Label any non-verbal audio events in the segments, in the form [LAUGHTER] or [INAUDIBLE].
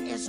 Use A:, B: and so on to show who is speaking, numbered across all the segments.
A: is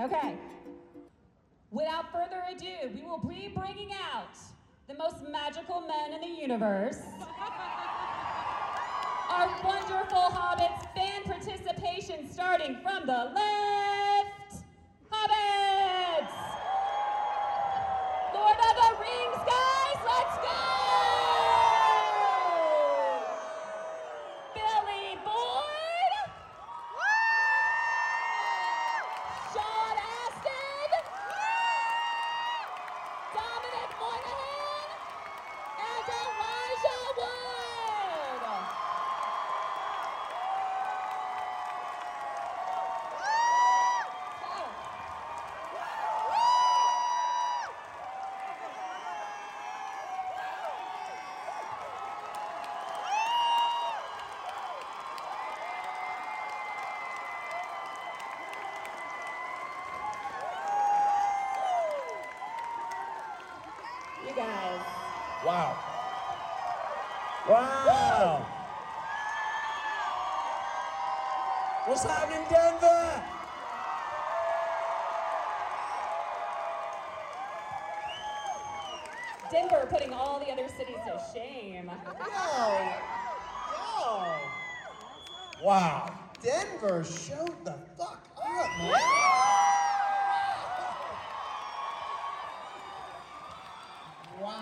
B: Okay. Without further ado, we will be bringing out the most magical men in the universe. Our wonderful hobbits fan participation starting from the left. Hobbits! Lord of the Rings, guys, let's go! Billy Boyd! Sean Astin, Dominic Moynihan, and Elijah Wood. You guys.
C: Wow. Wow. What's happening in Denver?
B: Denver putting all the other cities to shame.
C: Yo. Yo. Wow. Denver showed the fuck up, man. Wow.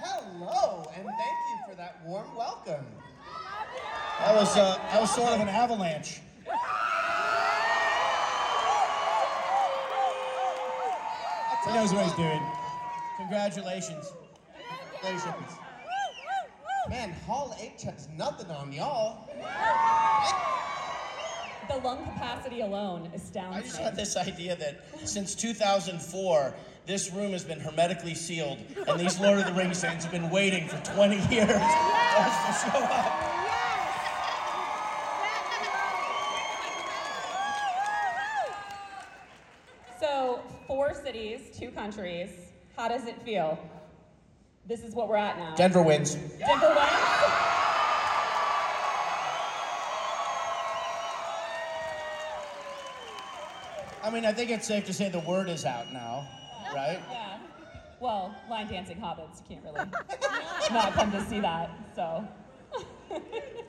C: Hello, and thank you for that warm welcome. That was uh, that was sort of an avalanche. He knows what he's doing. Congratulations. Congratulations. Man, Hall H has nothing on [LAUGHS] y'all.
B: The lung capacity alone astounds
D: I just had
B: me.
D: this idea that since 2004, this room has been hermetically sealed, and these Lord of the Rings fans have been waiting for 20 years for us to show up.
B: So, four cities, two countries. How does it feel? This is what we're at now.
D: Denver wins.
B: Denver wins.
D: I mean, I think it's safe to say the word is out now, right?
B: Yeah. Well, line dancing hobbits you can't really [LAUGHS] not come to see that. So,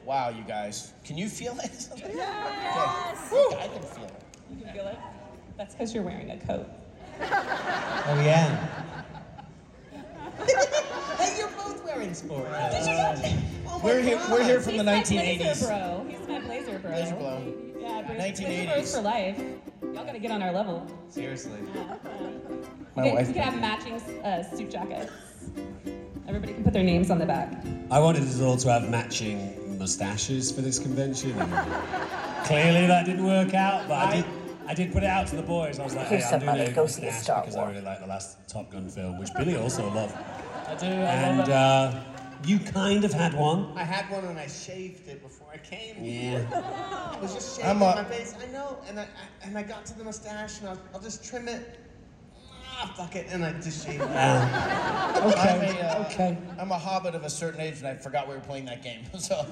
D: Wow, you guys. Can you feel it? [LAUGHS]
B: yes,
D: Okay, I can feel it.
B: you can feel it. That's because you're wearing a coat.
C: Oh
D: [LAUGHS]
C: yeah. hey, you're both wearing sport.
B: Did you know that?
C: [LAUGHS] Oh my
D: We're here,
C: God.
D: we're here from the
B: He's My
D: 1980s.
B: blazer bro. He's my blazer bro.
D: Blazer blow.
B: Yeah, blazer,
D: 1980s.
B: blazer bros for life. Y'all gotta get on our level.
C: Seriously.
D: My
B: You can-
D: wife.
B: You can have matching uh, suit jackets. Everybody can put their names on the back.
E: I wanted us all to have matching mustaches for this convention. and Clearly, that didn't work out, but I, did. I did put it out to the boys. I was like,
F: Here's
E: "Hey, I'm
F: some
E: doing a
F: money. Go see a
E: mustache
F: Star
E: because I
F: Wars."
E: really like the last Top Gun film, which Billy also loved."
D: I do. I
E: And uh, you kind of had one.
C: I had one and I shaved it before I came.
E: Yeah.
C: I was just
D: I'm
C: shaving
D: a-
C: my face. I know, and I, I and I got to the mustache, and I'll, I'll just trim it. Ah, fuck it, and I just shaved it.
D: I'm a, uh,
E: okay.
D: I'm a hobbit of a certain age, and I forgot we were playing that
C: [LAUGHS]
D: game. So,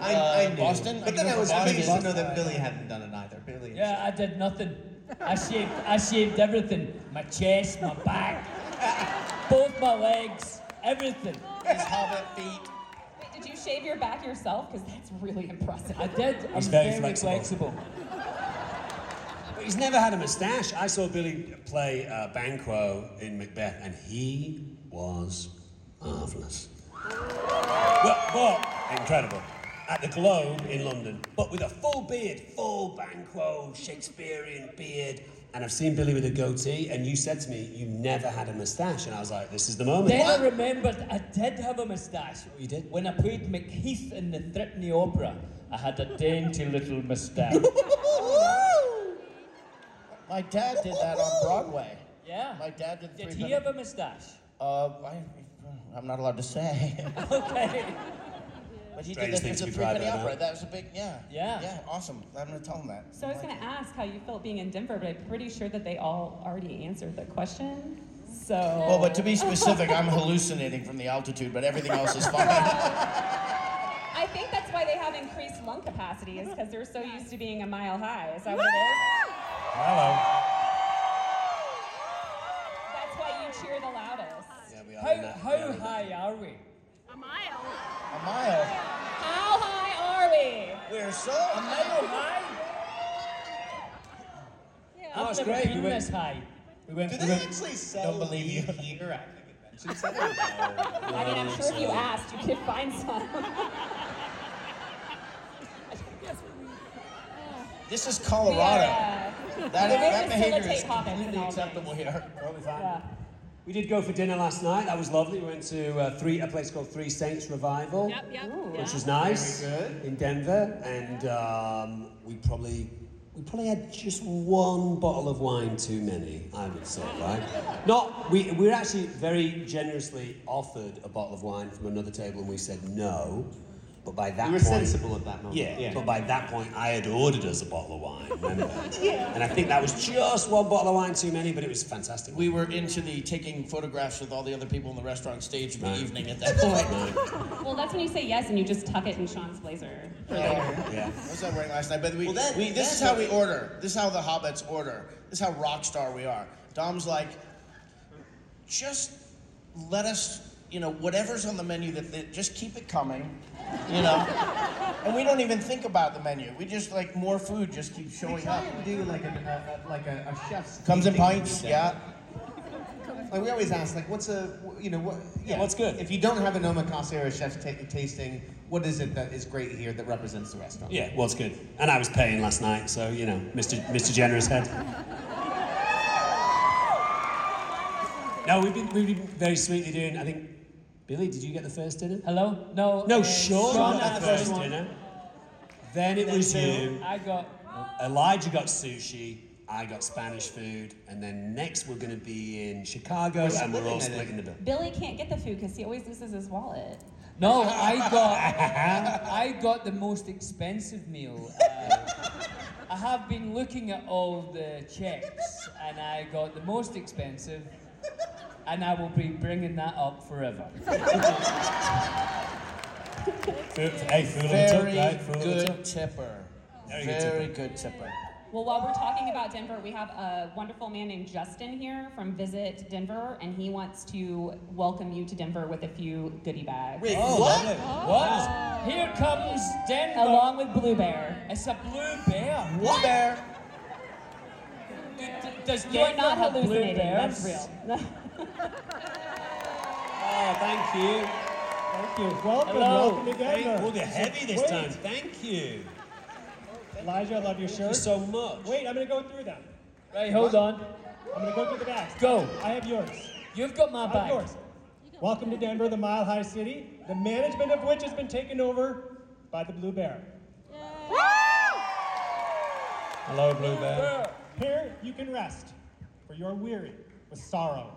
C: I, I knew.
D: Boston? I
C: but then
D: knew
C: I
D: from
C: was amazed to
D: Boston.
C: know that Billy hadn't done it either. Billy. had
G: Yeah, I did nothing. I shaved, I shaved everything. My chest, my back, both my legs, everything.
D: his hobbit feet.
B: Wait, did you shave your back yourself? Because that's really impressive.
G: I did. I'm
E: He's very
G: very,
E: flexible.
G: flexible.
E: But he's never had a mustache. I saw Billy play uh, Banquo in Macbeth, and he was marvelous. Well, but incredible. At the Globe in London, but with a full beard, full Banquo Shakespearean beard. And I've seen Billy with a goatee, and you said to me, You never had a mustache. And I was like, This is the moment.
G: Then I remembered I did have a moustache.
E: You did?
G: When I played Macbeth in the Threepenny
F: [LAUGHS]
G: Opera, I had a dainty little moustache.
D: Woo!
C: My dad did that on Broadway.
F: Yeah.
C: My dad did
F: Did
C: three
F: he have a mustache?
C: Uh, I, I'm not allowed to say.
F: [LAUGHS] Okay.
C: But he
E: Strange
C: did that.
E: things
C: It's a
E: to be
C: three penny
E: private, huh?
C: opera. That was a big, yeah.
F: Yeah.
C: Yeah, awesome. I'm going to tell him that.
B: So I was going to ask how you felt being in Denver, but I'm pretty sure that they all already answered the question. So.
C: Well, but to be specific, I'm hallucinating from the altitude, but everything else is
F: [LAUGHS]
C: fine.
B: I think that's why they have increased lung capacity is because they're so used to being a mile high. Is that what it is?
E: Hello.
B: That's why you cheer the loudest.
E: Yeah, we are. in
F: How,
E: that- we are
F: how
E: in that.
F: high are we?
C: a mile.
B: How high are we?
C: We're so
F: How high?
E: Oh,
F: I've
E: it's
F: never
E: great.
F: been
E: We went-
F: this high.
E: We went.
H: Do
E: We
H: they
E: went
H: actually sell
C: Don't believe you.
H: weed here at the convention center?
B: I mean, I'm sure if you asked, you could find some.
C: This is Colorado.
B: Yeah.
C: That,
B: They
C: that behavior
B: facilitate
C: is
B: hobbits and
C: completely
B: all
C: acceptable here.
E: probably fine.
B: Yeah.
E: We did go for dinner last night. That was lovely. We went to uh, three a place called Three Saints Revival, which was nice
H: Very good.
E: in Denver, and um, we probably we probably had just one bottle of wine too many. I would say, right? Not we we were actually very generously offered a bottle of wine from another table, and we said no. But by that
H: We were
E: point,
H: sensible at that moment.
E: Yeah,
H: Yeah.
E: but by that point, I had ordered us a bottle of wine, remember? yeah. And I think that was just one bottle of wine too many, but it was fantastic. [LAUGHS]
C: We were into the taking photographs with all the other people in the restaurant stage of the
E: Right.
C: evening at that point.
E: Right.
B: Well, that's when you say yes and you just tuck it in Sean's blazer.
E: Yeah.
C: What was I wearing last night? But we,
H: Well, that-
C: we this
H: that-
C: is how we order. This is how the hobbits order. This is how rock star we are. Dom's like, just let us, you know, whatever's on the menu that they, just keep it coming, you know. and we don't even think about the menu. We just like more food just keeps
H: We
C: showing
H: try
C: up.
H: and do like a, a, a like a, a chef's.
C: Comes in
H: tasting
C: pints,
H: thing.
C: yeah.
H: Like we always ask, like, what's a, you know, what? Yeah,
E: what's good?
H: If you don't have an omakase or a chef's ta- tasting, what is it that is great here that represents the restaurant?
E: Yeah, well, it's good. And I was paying last night, so, you know, Mr. Mr. Generous Head. No, we've been, we've been very sweetly doing, I think, Billy, did you get the first dinner?
F: Hello? No.
E: No,
F: uh,
E: Sean
F: Sean
E: got
F: had
E: the first
F: one.
E: dinner. Then it was you.
F: I got.
E: Elijah got sushi. I got Spanish food, and then next we're going to be in Chicago, and we're all splitting the bill. [LAUGHS]
B: Billy can't get the food because he always loses his wallet.
F: No, I
I: [LAUGHS]
F: got. I got the most expensive meal. Uh, I have been looking at all the checks, and I got the most expensive, and I will be bringing that up forever.
E: Food, hey, food on the
C: Very
E: top, right? Food on the top.
C: good tipper.
E: Very good
C: Very good tipper.
B: Well, while we're talking about Denver, we have a wonderful man named Justin here from Visit Denver, and he wants to welcome you to Denver with a few goodie bags.
C: Wait,
E: Oh,
C: what?
F: What? Here comes Denver.
B: Along with Blue Bear.
F: It's a blue bear.
C: What?
F: D- d- Does
B: You're
F: Denver
B: not
F: have blue
B: hallucinating, that's
F: bears?
B: real.
E: Oh, thank you.
I: Thank you. Welcome,
F: Hello.
I: welcome to
E: Thank,
I: Denver.
E: oh, they're heavy this
I: Wait.
E: time. Thank you.
I: Elijah, I love your
E: Thank you
I: shirt.
E: so much.
I: Wait, I'm gonna go through them.
F: Right, hold on.
I: I'm gonna go through the bags.
F: Go.
I: I have yours.
F: You've got my
I: I have
F: bag.
I: yours. Welcome to Denver, the Mile High City, the management of which has been taken over by the Blue Bear.
C: Hello, Blue Bear.
I: Here you can rest, for you're weary with sorrow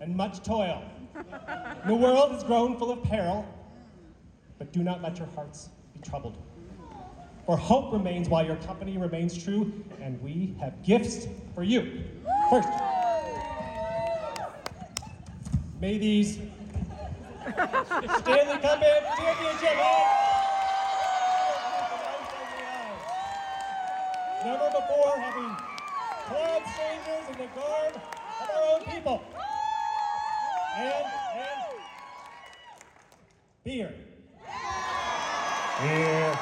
I: and much toil. the world is grown full of peril, but do not let your hearts be troubled. For hope remains while your company remains true, and we have gifts for you. First, may these Stanley Cup and Championship. Never before having clad strangers in the guard of our own people. And, and beer.
E: Here.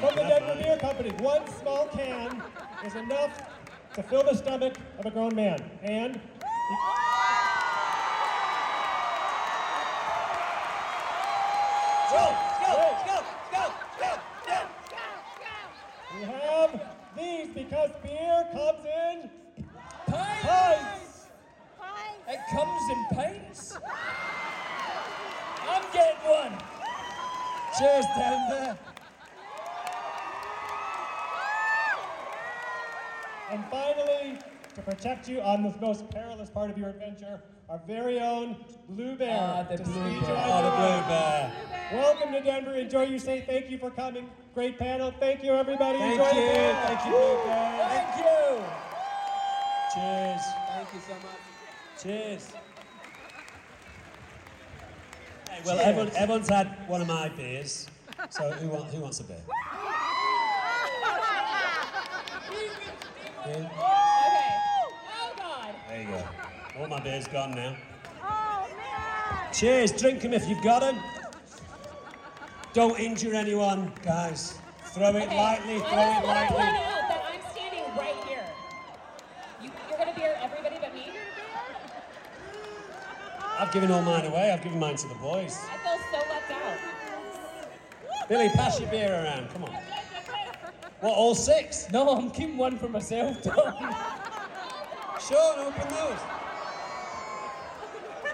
I: From the Denver Beer Company, one small can is enough to fill the stomach of a grown man. And
E: Go, go, go, go, go, go.
I: we have these because beer comes in
F: Pints! It comes in pints? I'm getting one!
E: Cheers, Denver.
F: And finally, to protect you on this most perilous part of your adventure, our very own Blue Bear.
J: Ah, the
F: to
J: Blue
F: speed
J: Bear.
F: you
J: Ah, the
F: along.
J: Blue Bear.
F: Welcome to Denver. Enjoy your stay. Thank you for coming. Great panel. Thank you, everybody.
K: Thank
F: Enjoy
K: you.
F: the panel.
K: Thank you, Blue Bear.
J: Thank you.
K: Cheers.
J: Thank you so much.
K: Cheers. Hey,
E: Well,
K: well,
E: everyone,
K: everyone,
E: everyone's had one of my beers, so who, wa- who wants
J: [LAUGHS]
E: a beer? Yeah,
B: Okay. Oh, God.
E: There you go. All my beer's gone now.
L: Oh, man!
E: Cheers, drink 'em if you've got 'em. Don't injure anyone, guys. Throw it
B: Okay,
E: lightly,
B: I
E: throw
B: just
E: it
B: want to point
E: lightly.
B: out that I'm standing right here. You, you're going to beer everybody but me?
E: I've given all mine away, I've given mine to the boys.
B: I feel so left out.
E: Billy, pass your beer around, come on. What, all six?
J: No, I'm keeping one for myself, Tom.
E: Sean, open those.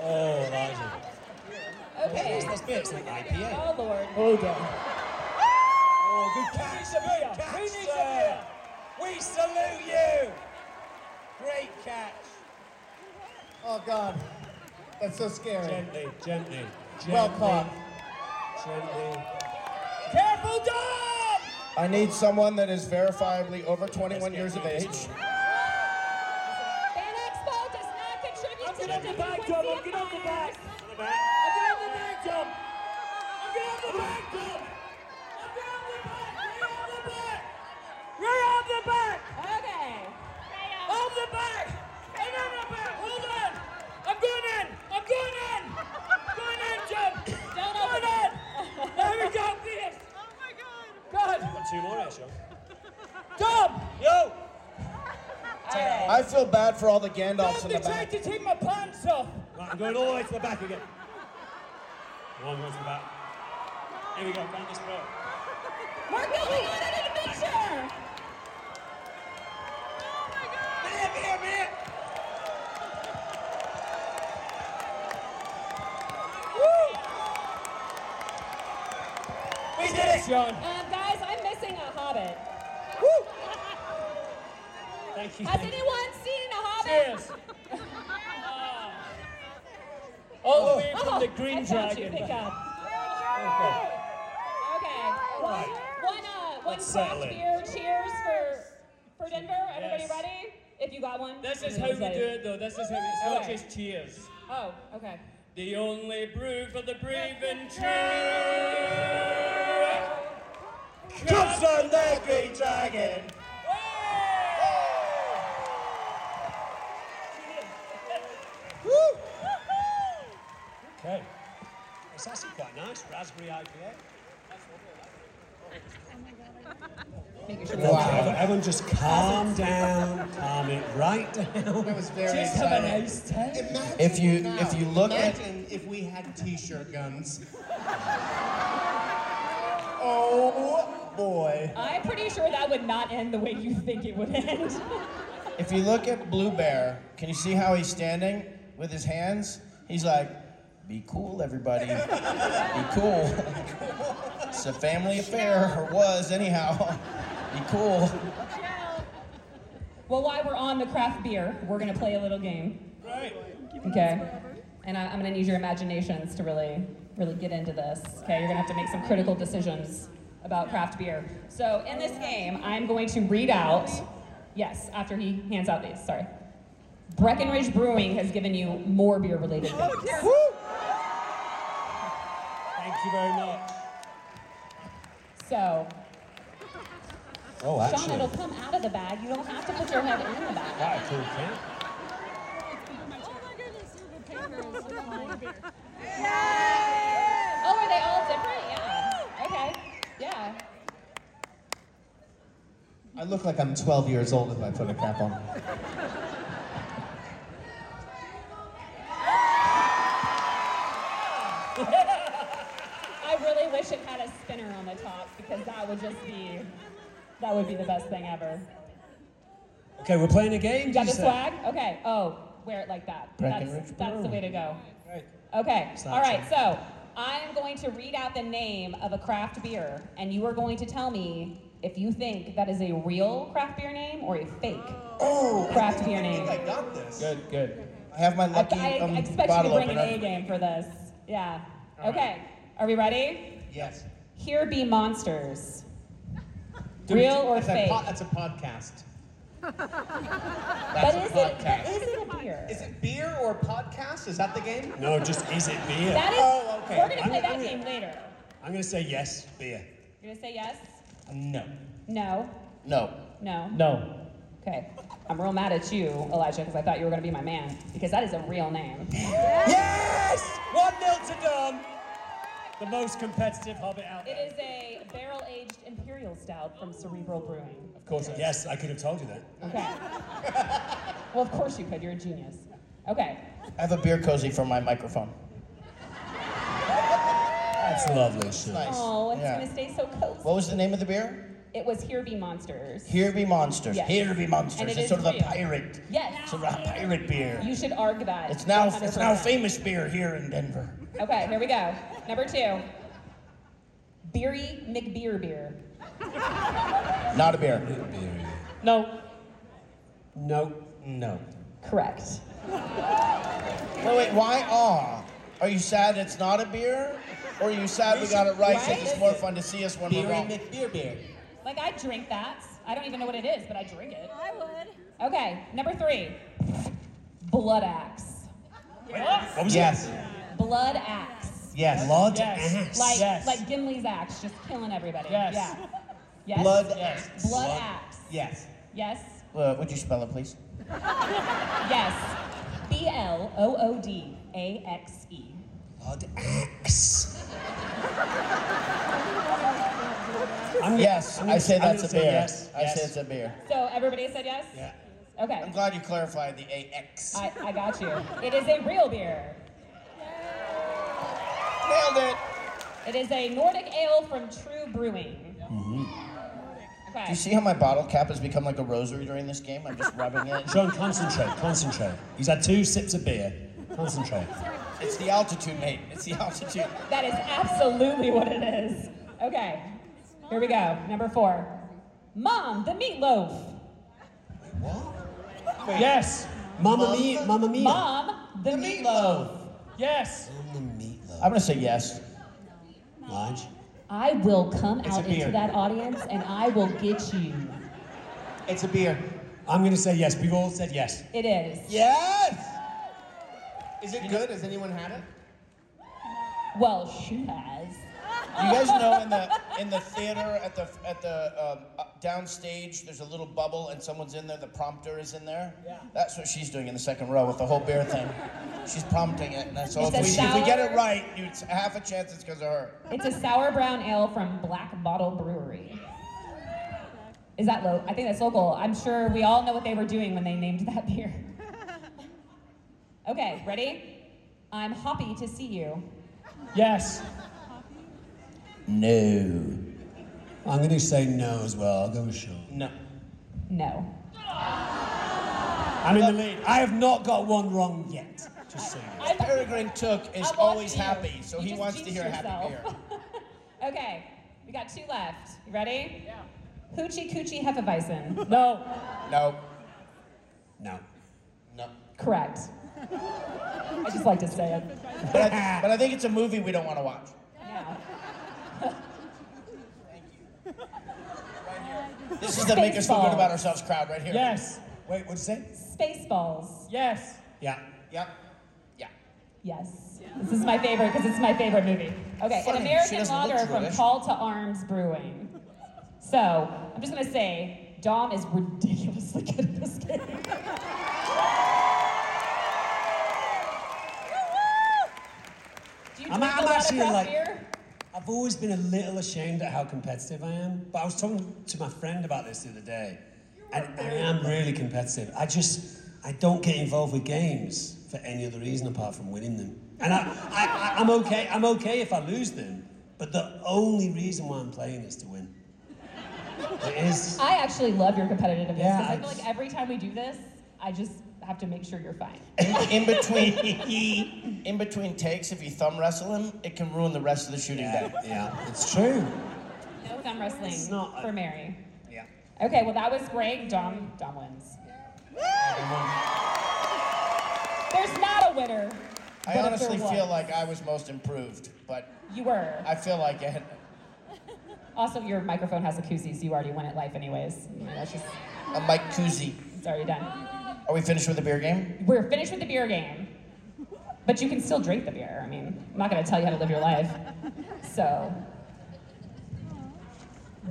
E: Oh, Elijah.
B: Okay.
E: That's beer, it's an IPA.
B: Oh, Lord.
J: Hold on.
E: Oh, good catch, good catch, sir. We salute you. Great catch.
M: Oh, God. That's so scary.
E: Gently, gently, gently.
M: Well caught.
E: Gently.
J: Careful, Dom!
C: I need someone that is verifiably over 21 years of age.
B: Fan Expo does not contribute to the delinquency of minors. Okay. Don't open it.
E: Got two more here, Sean.
J: Dom!
E: Yo!
C: I feel bad for all the Gandalfs
J: Dom,
C: in
J: they
C: the
J: tried
C: back.
J: to take my pants off!
E: Right, I'm going all the way to the back again. One goes to the back. Here we go, down this road.
B: We're going on an adventure.
E: Beer, beer, beer! Woo! We did it!
J: Sean.
B: Um, guys, I'm missing a hobbit.
E: Thank you.
B: Has anyone seen a hobbit?
J: Cheers. Ah. All the way
B: Oh,
J: from the
B: [LAUGHS] I
J: Green
B: found you.
J: Dragon.
B: Pick up. Okay. One, one, uh, one
E: Let's settle
B: craft
E: in.
B: beer. Cheers for for Denver. Everybody
J: Yes.
B: ready? If you got one.
J: This
B: I'm
J: is
B: gonna
J: how we
B: be
J: do
B: ready.
J: it, though. This is how we. It's not
B: Okay.
J: just cheers.
B: Oh, okay.
J: The only brew for the brave and true.
E: Comes on that great dragon! Okay. It's actually quite nice, raspberry IPA. Wow. Everyone just calm down, calm it right down.
M: That was very
J: Just have a
M: exciting.
J: nice time.
M: Imagine
C: If you-
M: now,
C: if you look at-
M: imagine if we had t-shirt guns. oh boy.
B: I'm pretty sure that would not end the way you think it would end.
C: If you look at Blue Bear, can you see how he's standing with his hands? He's like, be cool, everybody. Be cool. It's a family affair, or was anyhow. Be cool.
B: well, while we're on the craft beer, we're gonna play a little game.
E: Right.
B: Okay. And I, I'm gonna need your imaginations to really, really get into this. Okay, you're gonna have to make some critical decisions about craft beer. So in this game, I'm going to read out. Yes, after he hands out these. Sorry. Breckenridge Brewing has given you more beer-related things.
E: Thank you very much.
B: So,
E: Oh,
B: Sean, it'll come out of the bag. You don't have to put your head in the bag.
E: Quite a cool cat.
B: Oh, are they all different? Yeah. Okay. Yeah.
M: I look like I'm 12 years old if I put a cap on.
B: I really wish it had a spinner on the top because that would just be that would be the best thing ever.
E: Okay, we're playing a game.
B: You
E: did
B: got
E: you
B: the
E: say?
B: swag? Okay. Oh, wear it like that. That's
E: Breckenridge
B: that's the way to go.
E: Right.
B: Okay.
E: It's not
B: All right.
E: true.
B: So I am going to read out the name of a craft beer, and you are going to tell me if you think that is a real craft beer name or a fake
N: Oh, [LAUGHS]
B: craft beer name.
N: I got this.
E: Good, good.
N: I have my lucky
B: I, I
N: um,
B: expect you to
N: bottle
B: bring an
N: opener.
B: A game for this. Yeah. Okay. Are we ready?
N: Yes.
B: Here be monsters. Real or
N: That's a
B: fake?
N: po- that's a podcast.
B: But
N: a
B: is it, but
N: podcast.
B: is it a beer?
N: Is it beer or podcast? Is that the game?
F: No, just is it beer?
B: That is.
N: Oh, okay.
B: We're gonna play
F: I'm-
B: that
F: I'm-
B: game later.
F: I'm going to say yes, beer.
B: You're gonna say yes?
O: No.
B: No?
C: No.
B: No?
O: No.
B: Okay. I'm real mad at you, Elijah, because I thought you were gonna be my man. Because that is a real name.
F: Yes!
O: 1 0 to Dom. The most competitive hobbit out
B: It
O: there.
B: is a barrel-aged imperial stout from Cerebral Brewing.
F: Of course, yes, I could have told you that.
B: Okay. well, of course you could. You're a genius. Okay.
C: I have a beer cozy for my microphone.
F: That's lovely, Sean.
C: Nice.
B: Oh, it's
C: Yeah.
B: gonna stay so cozy.
C: What was the name of the beer?
B: It was Here Be Monsters.
C: Here Be Monsters.
B: Yes.
C: Here Be
B: And
C: Monsters.
B: it
C: it's
B: is
C: sort of
B: real.
C: a pirate.
B: Yes.
C: Sort of a pirate beer.
B: You should argue that.
C: It's now it's now
B: 100%.
C: famous beer here in Denver.
B: Okay, here we go. Number two. Beery McBeer beer.
C: Not a beer.
O: No.
F: No.
O: No.
B: Correct.
C: Wait, wait, why aw? Are you sad it's not a beer? Or are you sad we got it right since it's more fun to see us when we're
N: Beery
C: wrong?
N: McBeer beer.
B: Like I drink that. I don't even know what it is, but I drink it.
A: I would.
B: Okay, number three. Blood axe.
F: What was
C: Yes.
B: Blood axe.
C: Yes.
F: it? Blood
O: Yes.
F: ass.
B: Like
O: Yes.
B: like Gimli's axe, just killing everybody.
O: Yes.
B: Yeah. Yes.
C: Blood
O: Yes.
C: axe.
B: Blood axe.
C: Yes.
B: Yes.
C: Uh, would you spell it, please?
B: Yes. B L O O D A X E.
F: Blood axe. I'm gonna-
C: Yes,
F: I'm gonna
C: I say
F: I'm
C: that's
F: gonna
C: a
F: say
C: beer.
F: Yes,
C: I say it's a beer.
B: So everybody said yes?
F: Yeah.
B: Okay.
C: I'm glad you clarified the AX.
B: I, I got you. It is a real beer.
C: Nailed it.
B: It is a Nordic ale from True Brewing.
O: Mm-hmm.
C: Do you
B: Okay.
C: see how my bottle cap has become like a rosary during this game? I'm just rubbing it.
F: Sean, concentrate, concentrate. He's had two sips of beer. Concentrate.
C: [LAUGHS] It's the altitude, mate. It's the altitude.
B: That is absolutely what it is. Okay. Here we go. Number four. Mom, the meatloaf.
O: Yes.
F: Mamma mia, mamma mia.
B: Mom, the, meatloaf.
O: Yes.
F: Mamma mia.
C: I'm gonna say yes.
F: Large.
B: I will come
N: It's a
B: out into
N: beer.
B: that audience and I will get you.
N: It's a beer.
F: I'm going to say yes. We've all said yes.
B: It is.
N: Yes! Is it good? Has anyone had it?
B: Well, she has.
C: You guys know in the in the theater at the at the um, uh, downstage, there's a little bubble and someone's in there. The prompter is in there. Yeah. That's what she's doing in the second row with the whole beer thing. She's prompting it, and that's all.
B: It's
C: If
B: a
C: we, if we get it
B: sour.
C: right, you- it's half a chance it's because of her.
B: It's a sour brown ale from Black Bottle Brewery. Is that local? I think that's local. I'm sure we all know what they were doing when they named that
N: [LAUGHS]
B: beer. Okay, ready? I'm happy to see you.
O: Yes.
C: No.
F: I'm going to say no as well. I'll go with Sean.
N: No.
B: No.
F: I'm in the lead. I have not got one wrong yet. Just so you know.
B: I'm,
C: Peregrine Took is
B: I'm
C: always
B: watching you.
C: happy, so
B: You
C: he
B: just
C: wants to
B: jinxed
C: hear happy beer.
B: yourself. [LAUGHS] okay, we got two left. You ready? Yeah. Hoochie Coochie Hefeweizen.
O: No.
C: No.
F: No.
C: No.
B: Correct. I just like to say it.
C: But I, but I think it's a movie we don't want to watch.
B: Yeah.
C: This is the make us feel good
B: Spaceballs.
C: about ourselves crowd right here.
O: Yes.
F: Wait, what'd you say?
B: Spaceballs.
O: Yes.
F: Yeah.
C: Yep. Yeah.
B: Yes. This is my favorite because it's my favorite movie. Okay,
C: Funny,
B: an
C: she
B: American
C: doesn't look
B: lager from
C: Jewish.
B: Call to Arms Brewing. So, I'm just going to say, Dom is ridiculously good at this game. Do you
F: I'm-
B: drink a
F: I'm
B: lot of
F: actually
B: craft
F: like-
B: beer?
F: I've always been a little ashamed at how competitive I am, but I was talking to my friend about this the other day, and, and I am really competitive. I just I don't get involved with games for any other reason apart from winning them, and I, I, I I'm okay. I'm okay if I lose them, but the only reason why I'm playing is to win. It is.
B: I actually love your competitiveness
F: Yeah,
B: because I
F: I
B: feel
F: just-
B: like every time we do this, I just have to make sure you're fine.
C: In, in between, [LAUGHS] in between
B: [LAUGHS]
C: takes, if you thumb wrestle him, it can ruin the rest of the shooting
F: Yeah,
C: day.
F: yeah, it's true.
B: No thumb wrestling
F: It's not a-
B: for Mary.
F: Yeah.
B: Okay, well that was great. Dom, Dom wins. There's not a winner.
C: I
B: but if there
C: honestly feel
B: was,
C: like I was most improved, but
B: you were.
C: I feel like it.
B: Also, your microphone has a koozie, so you already win at life, anyways. You know, that's just
C: A Mike Kuzi.
B: it's already done.
C: Are we finished with the beer game?
B: We're finished with the beer game, but you can still drink the beer. I mean, I'm not gonna tell you how to live your life. So,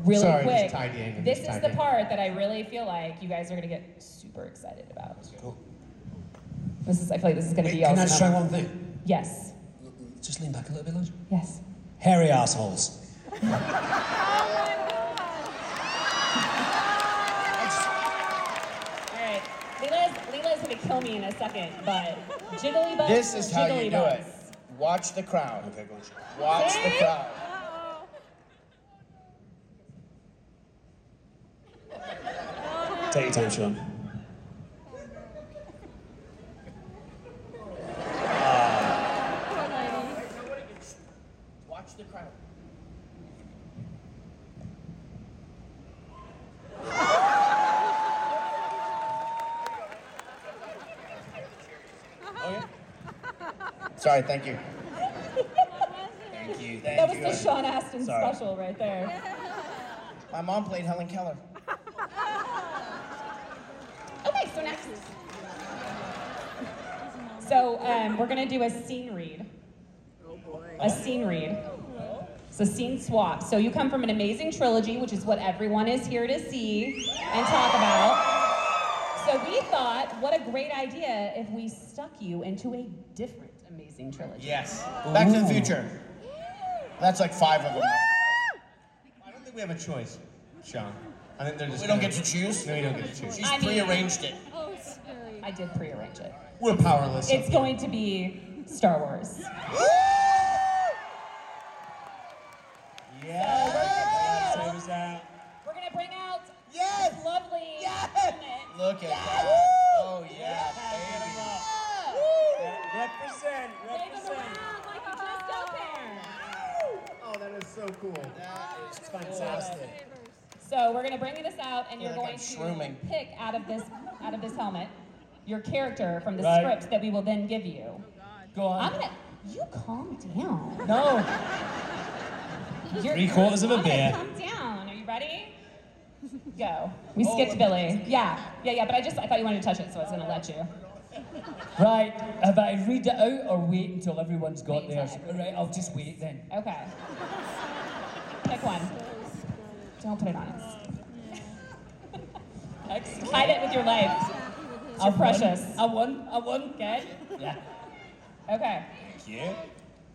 B: really
N: Sorry,
B: quick,
N: just tidying.
B: this
N: just
B: is the
N: tidying.
B: part that I really feel like you guys are gonna get super excited about. This is, I feel like this is gonna be.
F: Can
B: y'all's
F: I just try
B: moment.
F: one thing?
B: Yes.
F: Just lean back a little bit, Elijah.
B: Yes.
F: Hairy assholes.
B: All right. Leela's, Leela's gonna kill me in a second, but jiggly butts.
C: This is how you
B: jiggly
C: do it.
B: butts.
C: Watch the crowd. [LAUGHS] Watch the
B: See?
C: crowd.
F: Take your time, Sean.
C: Watch the [LAUGHS] crowd. Sorry, thank you. Thank you, thank
B: That was
C: you.
B: the Sean Astin
C: Sorry.
B: special right there.
C: My mom played Helen Keller.
B: Okay, so next. So um, we're gonna do a scene read. A scene read. So scene swap. So you come from an amazing trilogy, which is what everyone is here to see and talk about. So we thought, what a great idea if we stuck you into a different amazing trilogy.
C: Yes. Back to the Future. That's like five of them.
N: I don't think we have a choice, Sean. I think they're just.
C: We don't
N: gonna-
C: get to choose?
N: No, we don't get to choose.
C: She's
B: I mean-
C: prearranged it.
B: I did prearrange it.
N: We're powerless.
B: It's going to be Star Wars.
F: Sabers out.
B: We're gonna bring out
C: Yes!
B: this lovely
C: Yes!
B: woman.
C: Look at that. Oh, yeah.
P: Represent,
B: Wave them
P: represent.
B: around like you just don't care.
N: Oh, that is so cool.
F: It's fantastic.
B: So we're gonna bring you this out, and you're
C: Like I'm
B: going to
C: shrooming.
B: pick out of this out of this helmet your character from the
P: Right.
B: script that we will then give you.
E: Go on.
B: I'm gonna. You calm down.
E: no.
B: You're,
F: Three quarters of a
B: I'm gonna
F: beer.
B: Calm down. Are you ready? Go. We skipped
F: Oh.
B: Billy. Yeah, yeah, yeah. But I just I thought you wanted to touch it, so I was gonna let you.
E: Right. Have I read it out or wait until everyone's got
B: Wait
E: theirs?
B: till
E: All right, I'll just wait then.
B: Okay. Pick one. Don't put it on us. Hide it with your life. It's
E: I won.
B: your precious.
E: I won. I won.
B: Good?
E: Yeah.
B: Okay.
F: Yeah.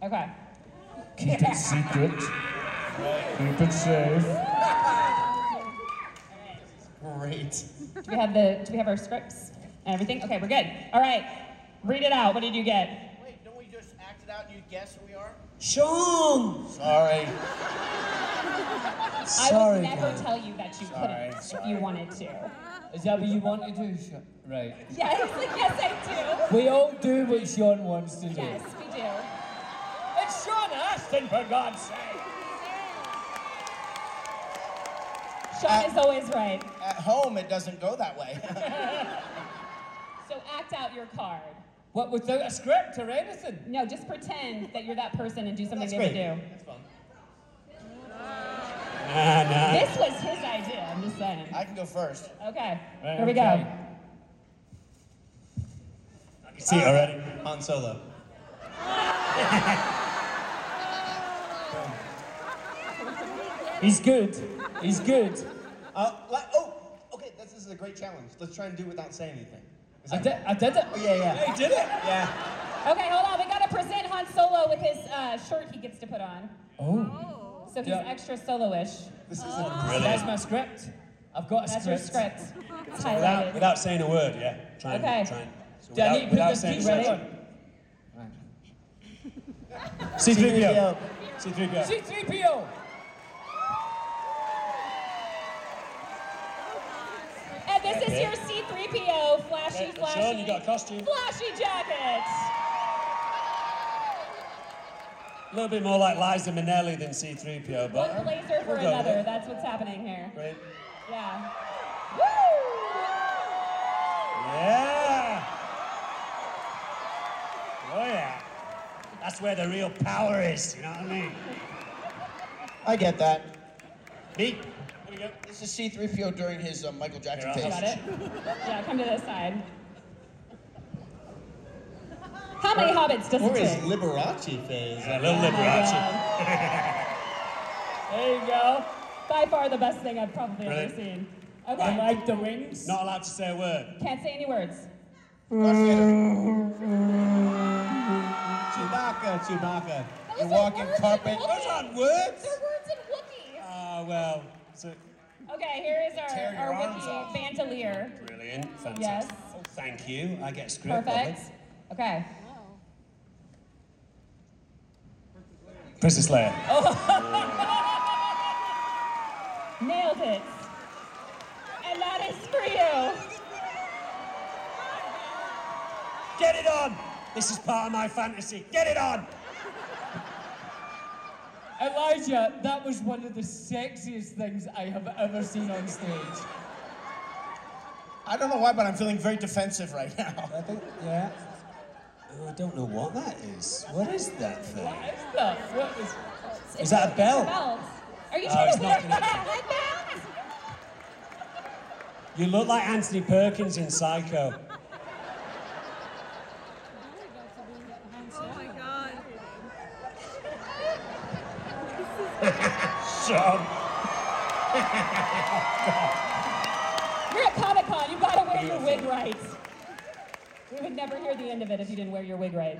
B: Okay.
F: Keep it secret. Keep it safe.
N: Great.
B: Do we have the do we have our scripts and everything? Okay, we're good. All right. Read it out. What did you get?
C: Wait, don't we just act it out and you guess who we are?
F: Sean!
C: Sorry.
B: I would
E: Sorry,
B: never
E: guys.
B: tell you that you
C: Sorry,
B: couldn't
C: sorry.
B: if you wanted to.
E: Is that what you want to do? Sean? Right.
B: [LAUGHS] Yes, yes I
E: We all do what Sean wants to
B: do.
E: do.
B: Yes, we do.
E: It's Sean Aston, for God's sake.
B: Sean is always right.
C: At home, it doesn't go that way.
B: So act out your card.
E: What, without a script or anything?
B: No, just pretend that you're that person and do something
N: That's
B: they would
N: great.
B: do.
N: That's fun.
F: Nah, nah.
B: This was his idea, I'm just saying.
C: I can go first.
B: Okay,
F: Right,
B: here we go.
F: okay. I can see it already.
N: Han Solo.
E: [LAUGHS] He's good. He's good.
N: Uh, like, oh, okay. This, this is a great challenge. Let's try and do it without saying anything. Is
E: I
N: that-
E: did, I did it.
N: Oh yeah, yeah.
F: Hey, did it!
N: Yeah.
B: Okay, hold on. We gotta present Han Solo with his uh, shirt he gets to put on.
E: Oh,
B: So he's
E: Yeah.
B: extra solo-ish.
N: This is a
E: that's my script. I've got a
B: That's your
E: script.
B: script. It's
F: Without,
B: highlighted.
F: without saying a word, yeah. Try and,
B: Okay.
F: Try and, so
E: Do I need to put this
F: saying
E: keyboard
F: a
E: on?
F: word.
E: [LAUGHS]
F: C3PO. C3PO.
E: C3PO.
B: And this is your C-3PO flashy,
F: Right,
B: flashy,
F: Sean, you got a costume.
B: flashy jacket.
P: A little bit more like Liza Minnelli than C3PO, but.
B: One blazer for
P: we'll go with
B: another.
P: it.
B: That's what's happening here.
P: Right?
B: Yeah.
P: Yeah. Oh, yeah. That's where the real power is, you know what I mean?
C: I get that.
P: Me?
C: This is C3PO during his uh, Michael Jackson
B: You
C: phase.
B: got it? Yeah, come to this side. How many hobbits does it
N: Or his
B: take?
N: Liberace phase.
P: a little
B: Oh my
P: Liberace.
B: God. there you go. By far the best thing I've probably ever
P: Brilliant.
B: seen. Okay.
P: like the wings. Not allowed to say a word.
B: Can't say any words.
N: Chewbacca, Chewbacca.
B: Those
N: You're
B: are
N: walking
B: words in
N: carpet.
B: Wookiee.
N: Those aren't words.
B: They're words in Wookiee.
P: Ah, well. So,
B: Okay, here is
N: Tear
B: our,
N: your
B: our
N: arms
B: Wookiee
N: off.
B: bandolier.
P: brilliant. Fantastic.
B: Yes.
P: Oh, thank you. I get a script.
B: Perfect.
P: lovely.
B: Okay.
P: Princess Leia.
B: Nailed it. And that is for you.
P: Get it on! This is part of my fantasy. Get it on!
E: Elijah, that was one of the sexiest things I have ever seen on stage.
C: I don't know why, but I'm feeling very defensive right now.
P: I think, yeah. Oh, I don't know what that is. What is that thing?
E: What is that? What is?
P: Is that a bell?
B: Bells. Are you
P: Oh,
B: trying
P: it's
B: to
P: not
B: wear
P: connected.
B: headbands?
P: You look like Anthony Perkins in Psycho.
A: Oh my god.
P: Sean.
B: You're at Comic Con. You've got to wear your wig right. We would never hear the end of it if you didn't wear your wig right.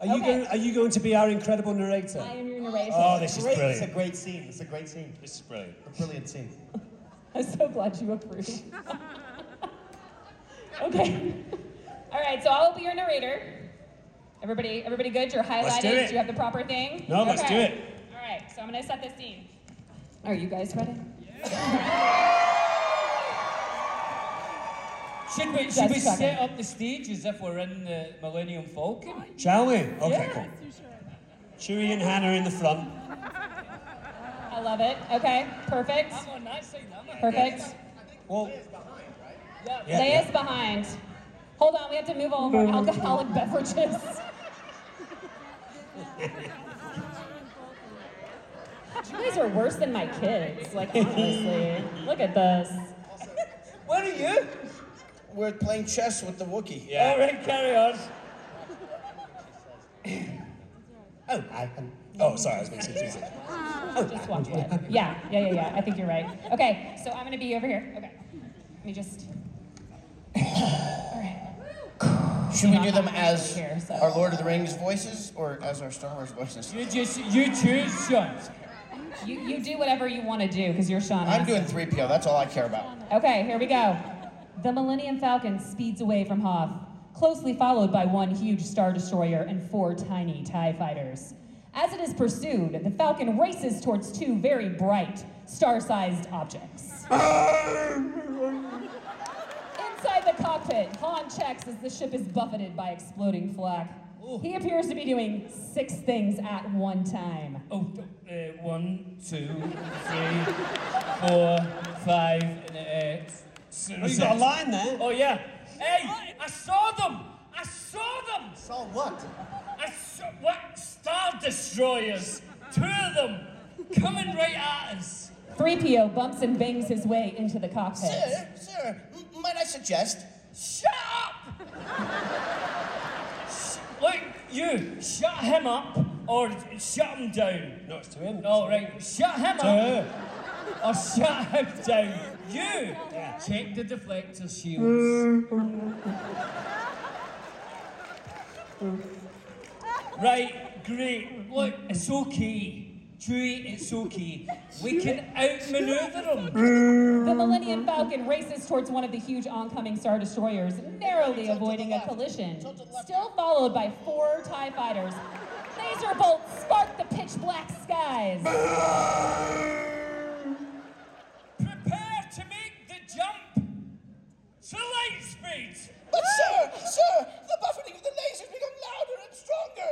P: Are you,
B: Okay.
P: going, are you going to be our incredible narrator?
B: I am your narration.
P: Oh, this is
N: Great. It's a
P: brilliant.
N: great scene. It's a great scene.
P: This is brilliant.
N: A brilliant scene.
B: I'm so glad you approved. [LAUGHS] okay. All right, so I'll be your narrator. Everybody, everybody good? You're highlighted.
P: Let's do it.
B: you have the proper thing?
P: No, let's
B: Okay.
P: do it.
B: All right, so I'm going to set the scene. Are you guys ready?
E: Should we, should
B: Just
E: we
B: checking.
E: set up the stage as if we're in the Millennium Falcon?
P: Shall we? Okay,
E: Yeah.
P: cool. Chewie and Hannah in the front.
B: I love it. Okay, perfect.
E: I'm on that side. I'm on
B: Perfect.
P: Well,
E: Yeah.
P: yeah,
B: Leia's
P: yeah.
B: behind. Hold on, we have to move all of our alcoholic [LAUGHS] beverages. you guys are worse than my kids. Like honestly, look at this.
E: Where are you?
C: We're playing chess with the Wookiee.
P: All right, carry on. oh, I, oh, sorry, I was being confusing.
B: Just watch it. Yeah, yeah, yeah, yeah. I think you're right. Okay, so I'm gonna be over here. Okay, let me just. All right.
C: Should we
B: Not
C: do them
B: that many
C: as
B: here, so-
C: our Lord of the Rings voices or as our Star Wars voices?
E: You just you choose, Sean.
B: You you do whatever you want to do because you're Sean.
C: I'm
B: Astin.
C: doing 3PO. That's all I care about.
B: Okay, here we go. The Millennium Falcon speeds away from Hoth, closely followed by one huge Star Destroyer and four tiny TIE fighters. As it is pursued, the Falcon races towards two very bright, star sized objects. Inside the cockpit, Han checks as the ship is buffeted by exploding flak. He appears to be doing six things at one time.
E: Oh, th- uh, one, two, three, four, five, and uh, s- s-
P: Oh, you
E: six.
P: got a line there.
E: Oh yeah. Hey, I saw them. I saw them.
N: Saw what?
E: I saw what star destroyers. Two of them coming right at us.
B: 3PO bumps and bangs his way into the cockpit.
C: Sir, sir, m- might I suggest?
E: Shut up! Sh- Look, you shut him up or shut him down.
P: No, it's to him.
E: All right, shut him
P: To
E: up.
P: her.
E: I'll shut him down. You check the deflector shields. right, great. Look, it's okay. Chewie, it's okay. We can outmaneuver them.
B: The Millennium Falcon races towards one of the huge oncoming Star Destroyers, narrowly avoiding a collision. Still followed by four TIE fighters. Laser bolts spark the pitch black skies.
E: Prepare to make the jump to light speed.
C: But sir, sir, the buffeting of the lasers become louder and stronger.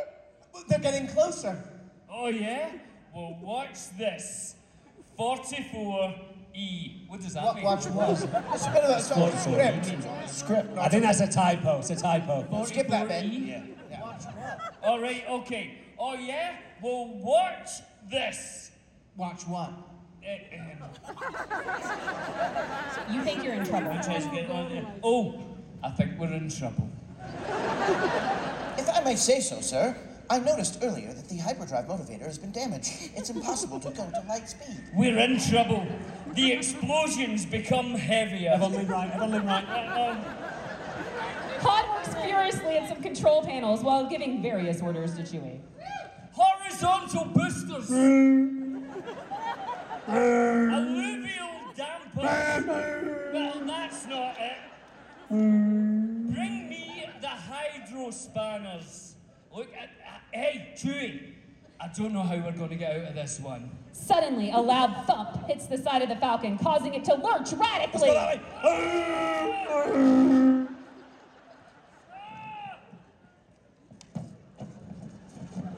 N: They're getting closer.
E: Oh yeah? Well, watch this. 44E. What does that mean?
N: Watch what? That's a bit of a song. Script. Script.
F: I think that's a typo. It's a typo.
N: Skip that bit.
E: Yeah. All right, okay. Oh yeah? Well, watch this.
N: Watch what?
E: Eh, eh,
B: You think you're in trouble.
E: I try to get on there. Oh, I think we're in trouble.
C: If I may say so, sir, I noticed earlier that the hyperdrive motivator has been damaged. It's impossible to go to light speed.
E: We're in trouble. The explosions become heavier. [LAUGHS] Oh,
F: Everyone lean right. Everyone lean right.
B: Pod works furiously at some control panels while giving various orders to Chewie.
E: Horizontal boosters. Alluvial dampers. well, that's not it. Bring me the hydro spanners. Look at. hey, Chewie. I don't know how we're going to get out of this one.
B: Suddenly, a loud thump hits the side of the Falcon, causing it to lurch radically.
F: Go that way.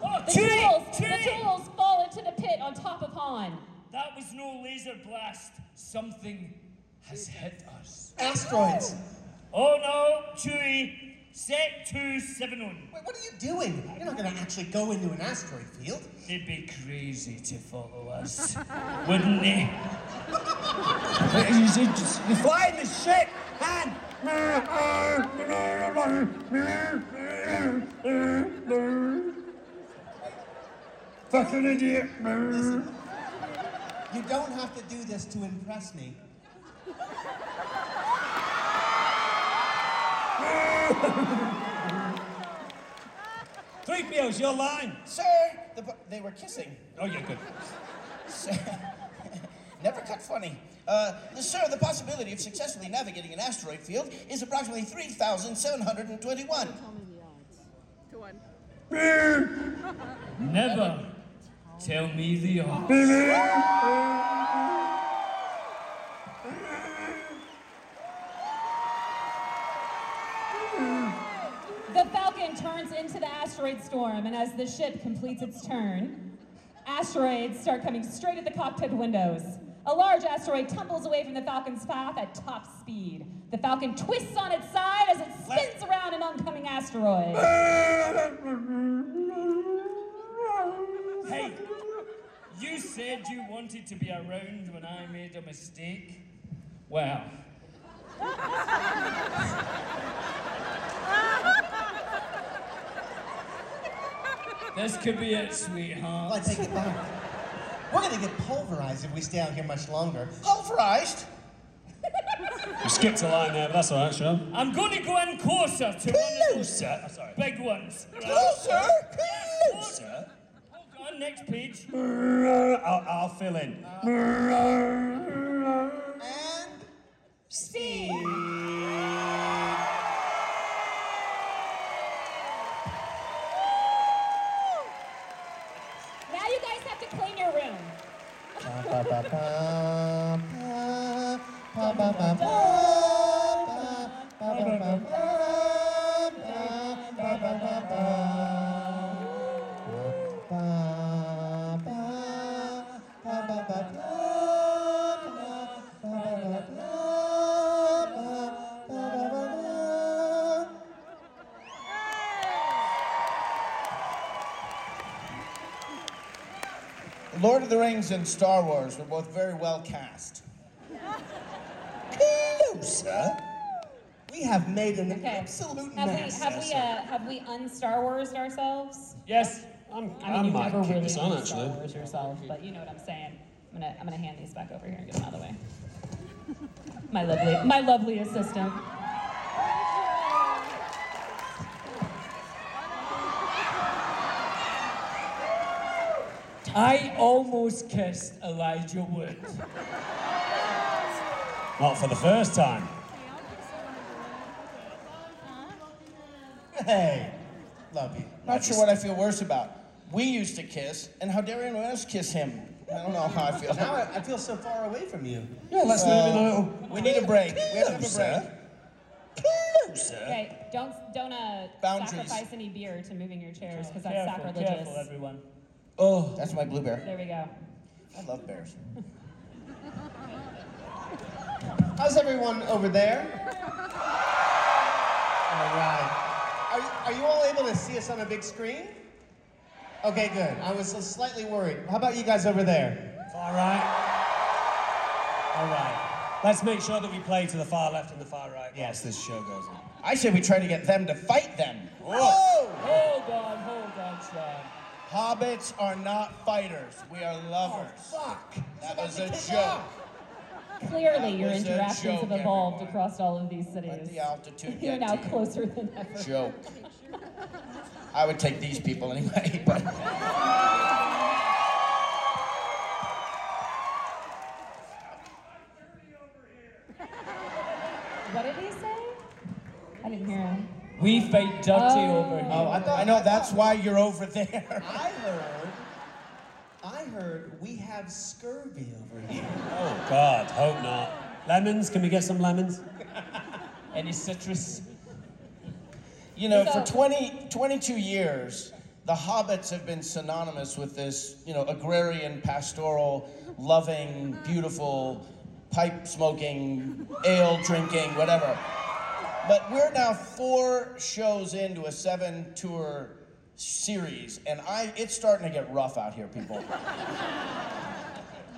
E: Oh,
B: The jewels, the jewels fall into the pit on top of Han.
E: That was no laser blast. Something has hit us.
N: Asteroids.
E: Oh no, Chewie. Set two seven on.
N: Wait, what are you doing? You're not going to actually go into an asteroid field.
E: They'd be crazy to follow us, [LAUGHS] wouldn't they?
F: You see, just- You're flying the ship, man. Fucking idiot.
N: You don't have to do this to impress me.
F: Three PO's your line.
C: Sir, the, bu- they were kissing.
F: Oh, yeah, good.
C: Sir, [LAUGHS] never cut funny. Uh, sir, the possibility of successfully navigating an asteroid field is approximately 3,721.
A: Go on.
E: Never tell me the odds.
B: The Falcon turns into the asteroid storm, and as the ship completes its turn, asteroids start coming straight at the cockpit windows. A large asteroid tumbles away from the Falcon's path at top speed. The Falcon twists on its side as it spins around an oncoming asteroid.
E: Hey, you said you wanted to be around when I made a mistake. Well, this could be it,
N: Well, I
E: sweetheart.
N: take it back. We're going to get pulverized if we stay out here much longer.
C: Pulverized?
F: You skipped a line there, but that's all right, Sean.
E: I'm going to go in closer to one of those uh,
F: Sir, I'm sorry.
E: big ones.
C: Closer! Closer!
F: Sir.
E: Hold on, next page.
F: I'll, I'll fill in.
N: And
B: Now you guys have to clean your room.
C: Lord of the Rings and Star Wars were both very well cast.
N: Closer. We have made an
B: Okay.
N: absolute
B: have
N: mess.
B: we have we uh, have we unstar Warsed ourselves?
E: Yes.
F: I'm,
B: I mean, you
F: might
B: never
F: keep
B: really
F: this on,
B: use Star
F: actually.
B: Wars yourself, but you know what I'm saying. I'm gonna, I'm gonna hand these back over here and get them out of the way. My lovely, my lovely assistant.
E: I almost kissed Elijah Wood.
F: Not for the first time.
N: Hey, love you.
C: Not sure what I feel worse about. We used to kiss, and how dare anyone else kiss him? I don't know how I feel.
N: Now I, I feel so far away from you.
F: Yeah, let's move in a little.
C: We need a break. We have to have a break.
F: Closer.
C: Closer.
B: Okay, don't don't uh,
C: Boundaries.
B: sacrifice any beer to moving your chairs because that's
E: careful,
B: sacrilegious.
E: careful, everyone.
C: Oh. That's my blue bear.
B: There we go.
C: I love bears.
N: How's everyone over there? All right. Are, you- are you all able to see us on a big screen? Okay, good. I was slightly worried. How about you guys over there?
F: All right. All right. Let's make sure that we play to the far left and the far right.
C: Yes, this show goes on. I said we try to get them to fight them.
E: Hold on, hold on, Sean.
C: Hobbits are not fighters. We are lovers.
N: fuck.
C: That was a joke.
B: Clearly, your
C: That was a
B: interactions have
C: joke,
B: evolved across all of these cities.
C: Let
B: [LAUGHS]
C: the altitude
B: You're
C: get
B: now
C: to you.
B: closer than ever.
C: Joke. I would take these people anyway, [LAUGHS] but
B: What did he say? I didn't hear him.
E: We fight dirty
B: Oh.
E: over here.
C: oh, I, thought, I know that's why you're over there.
N: I heard. I heard we have scurvy over here.
F: Oh, God. Hope not. Lemons. Can we get some lemons?
E: Any citrus?
C: You know,
B: So-
C: for 20, 22 years, the hobbits have been synonymous with this, you know, agrarian, pastoral, loving, beautiful, pipe smoking, ale drinking, whatever. But we're now four shows into a seven tour series, and I it's starting to get rough out here, people.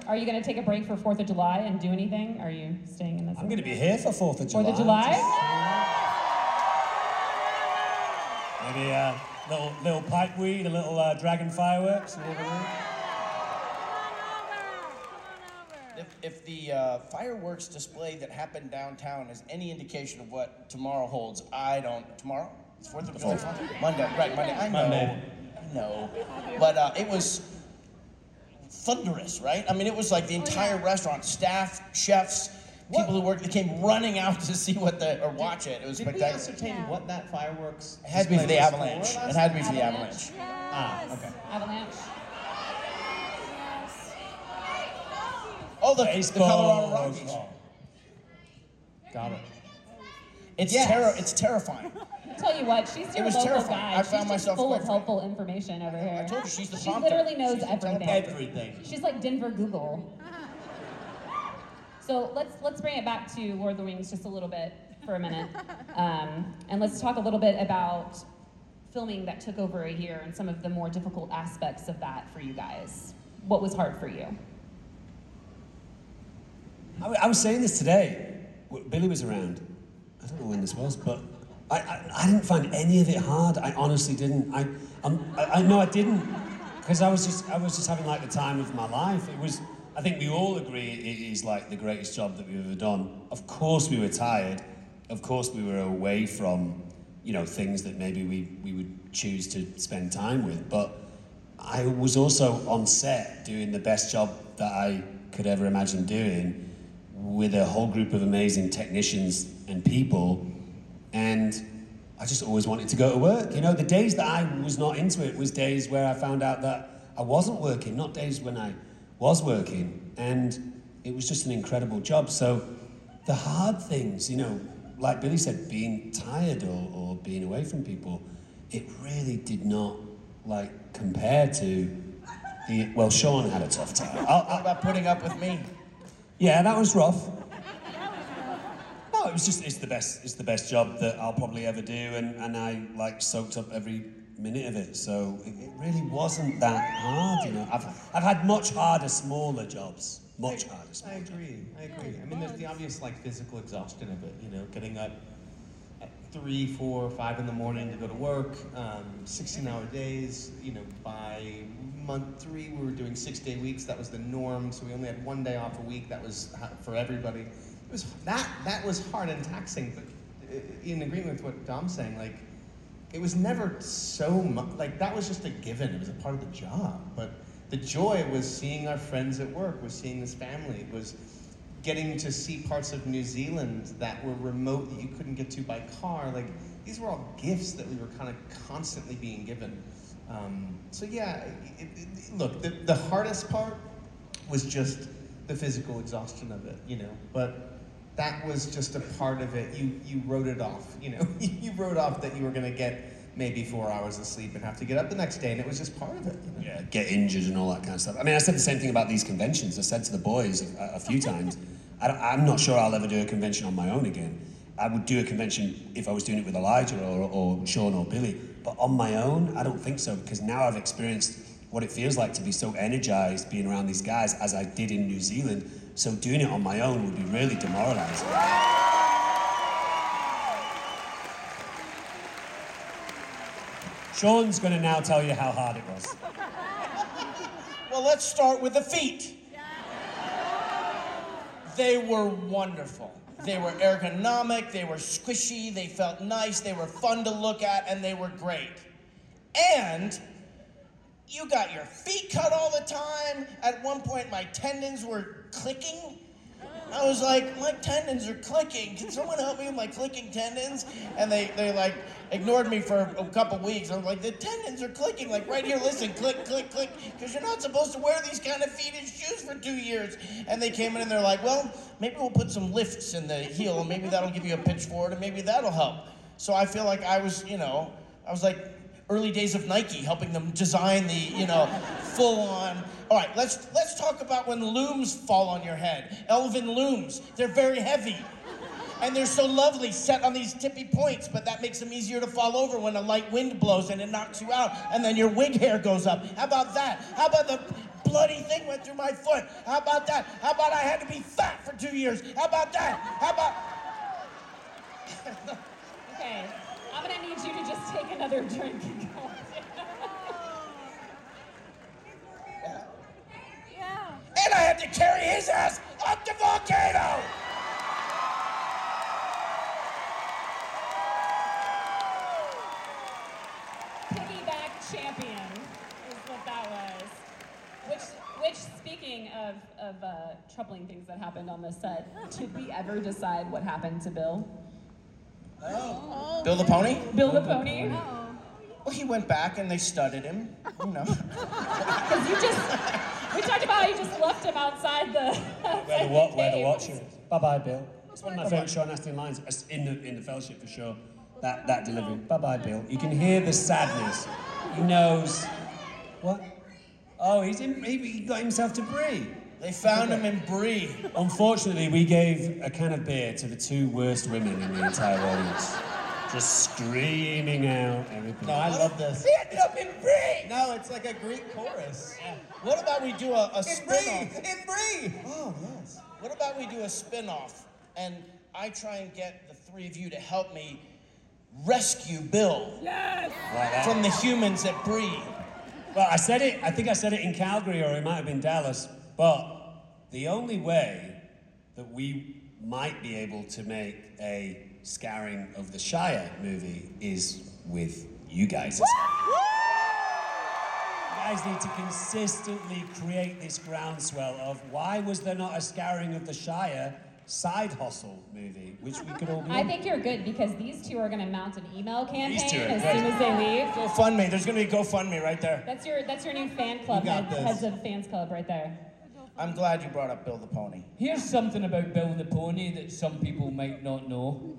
B: Are you going to take a break for 4th of July and do anything? Are you staying in this?
F: I'm going to be here for 4th of July.
B: Fourth of July?
F: Maybe a little, little pipe weed, a little uh, dragon fireworks. and all that.
C: If, if the uh, fireworks display that happened downtown is any indication of what tomorrow holds, I don't. Tomorrow? It's Fourth of July. Monday, right? Monday. I know.
F: Monday.
C: I know. But uh, it was thunderous, right? I mean, it was like the entire restaurant, staff, chefs, people who worked, they came running out to see what the or watch it. It was
N: Did we
C: spectacular.
N: ascertain what that fireworks?
C: It had to be for the
N: display was
C: avalanche.
N: for last
C: It had to be for the
B: Avalanche.
C: avalanche.
N: Ah, okay.
B: Avalanche.
C: Oh, the, the
F: Baseball.
C: Colorado Rockies.
N: Got it.
C: It's
N: Yes.
C: terror. It's terrifying.
B: I'll tell you what, she's your
C: was
B: local
C: terrifying.
B: guide.
C: I found
B: she's just
C: myself
B: full of
C: quite-
B: helpful information over here.
C: I told you she's the
B: she
C: prompter.
B: literally knows
C: She's the
B: everything.
N: Everything.
B: She's like Denver
C: [LAUGHS]
B: Google. So let's let's bring it back to Lord of the Rings just a little bit for a
C: [LAUGHS]
B: minute, um, and let's talk a little bit about filming that took over a year and some of the more difficult aspects of that for you guys. What was hard for you?
F: I, wa- I was saying this today. W- Billy was around. I don't know when this was, but I, I, I didn't find any of it hard. I honestly didn't. I, I'm, I, I no, I didn't, because I was just I was just having like the time of my life. It was. I think we all agree it is like the greatest job that we've ever done. Of course we were tired. Of course we were away from, you know, things that maybe we, we would choose to spend time with. But I was also on set doing the best job that I could ever imagine doing with a whole group of amazing technicians and people. And I just always wanted to go to work. You know, the days that I was not into it was days where I found out that I wasn't working, not days when I was working. And it was just an incredible job. So the hard things, you know, like Billy said, being tired or, or being away from people, it really did not like compare to the. Well, Sean had a tough time. I'll,
C: How about putting up with me?
F: yeah, that was rough. No, it was just it's the best it's the best job that I'll probably ever do, and, and I like soaked up every minute of it. So it, it really wasn't that hard, you know. I've I've had much harder, smaller jobs, much harder.
N: I
F: Smaller.
N: agree. I agree. I mean, there's the obvious like physical exhaustion of it. You know, getting up at three, four, five in the morning to go to work, um, 16-hour days. You know, by month three, we were doing six-day weeks. That was the norm. So we only had one day off a week. That was ho- for everybody. It was that that was hard and taxing. But uh, in agreement with what Dom's saying, like. It was never so much like that was just a given. It was a part of the job, but the joy was seeing our friends at work, was seeing this family, was getting to see parts of New Zealand that were remote that you couldn't get to by car. Like these were all gifts that we were kind of constantly being given. Um, so yeah, it, it, look, the, the hardest part was just the physical exhaustion of it, you know, but [LAUGHS] that was just a part of it. You you wrote it off, you know. you wrote off that you were going to get maybe four hours of sleep and have to get up the next day, and it was just part of it.
F: Yeah, get injured and all that kind of stuff. I mean, I said the same thing about these conventions. I said to the boys a, a few times, I don't, I'm not sure I'll ever do a convention on my own again. I would do a convention if I was doing it with Elijah or, or Sean or Billy, but on my own, I don't think so because now I've experienced what it feels like to be so energized being around these guys as I did in New Zealand. So doing it on my own would be really demoralizing. Sean's going to now tell you how hard it was.
C: Well, let's start with the feet. They were wonderful. They were ergonomic, they were squishy, they felt nice, they were fun to look at, and they were great. And you got your feet cut all the time. At one point, my tendons were clicking. I was like, my tendons are clicking. Can someone help me with my clicking tendons? And they, they like ignored me for a couple weeks. I'm like, the tendons are clicking. Like right here, listen, click, click, click. Because you're not supposed to wear these kind of feet and shoes for two years. And they came in and they're like, well, maybe we'll put some lifts in the heel. And maybe that'll give you a pitch forward and maybe that'll help. So I feel like I was, you know, I was like early days of Nike, helping them design the, you know, full on. All right, let's let's talk about when looms fall on your head. Elven looms. They're very heavy. And they're so lovely, set on these tippy points, but that makes them easier to fall over when a light wind blows and it knocks you out, and then your wig hair goes up. How about that? How about the bloody thing went through my foot? How about that? How about I had to be fat for two years? How about that? How about
B: Okay, I'm gonna need you to just take another drink. [LAUGHS] and calm down.
C: And I had to carry his ass up the volcano!
B: Piggyback champion is what that was. Which, which speaking of, of uh, troubling things that happened on the set, did we ever decide what happened to Bill?
C: Bill the pony?
B: Bill the pony?
C: Well, he went back and they studded him. You know.
B: Because you just, we talked about how you just left him outside the.
F: Where the what? Where the watch is. Bye bye, Bill. It's one of my
B: Bye-bye.
F: favourite Sean Astin lines It's in the in the fellowship for sure. That that delivery. Bye bye, Bill. You can hear the sadness. He knows. What? Oh, he's in, he, he got himself to Brie.
C: They found him in [LAUGHS] Brie.
F: Unfortunately, we gave a can of beer to the two worst women in the entire audience, just screaming out everything.
N: No, I love this.
C: He ended up in Brie.
N: No, it's like a Greek chorus.
C: What about we do a, a
N: In Brie!
C: spin-off?
N: In Brie! Oh, yes.
C: What about we do a spin-off and I try and get the three of you to help me rescue Bill
F: Like that.
C: from the humans at Brie.
F: Well, I said it, I think I said it in Calgary or it might have been Dallas, but the only way that we might be able to make a Scouring of the Shire movie is with you guys. You guys need to consistently create this groundswell of why was there not a Scouring of the Shire side hustle movie, which we could
E: [LAUGHS]
F: all be
B: I
F: in?
B: think you're good because these two are gonna mount an email campaign as
F: These two are
B: soon
F: great.
B: as they leave.
C: GoFundMe. There's gonna be a GoFundMe right there.
B: That's your that's your new fan club,
N: You got
B: head,
N: this.
B: heads of fans club right there.
C: I'm glad you brought up Bill the Pony.
E: Here's something about Bill the Pony that some people might not know.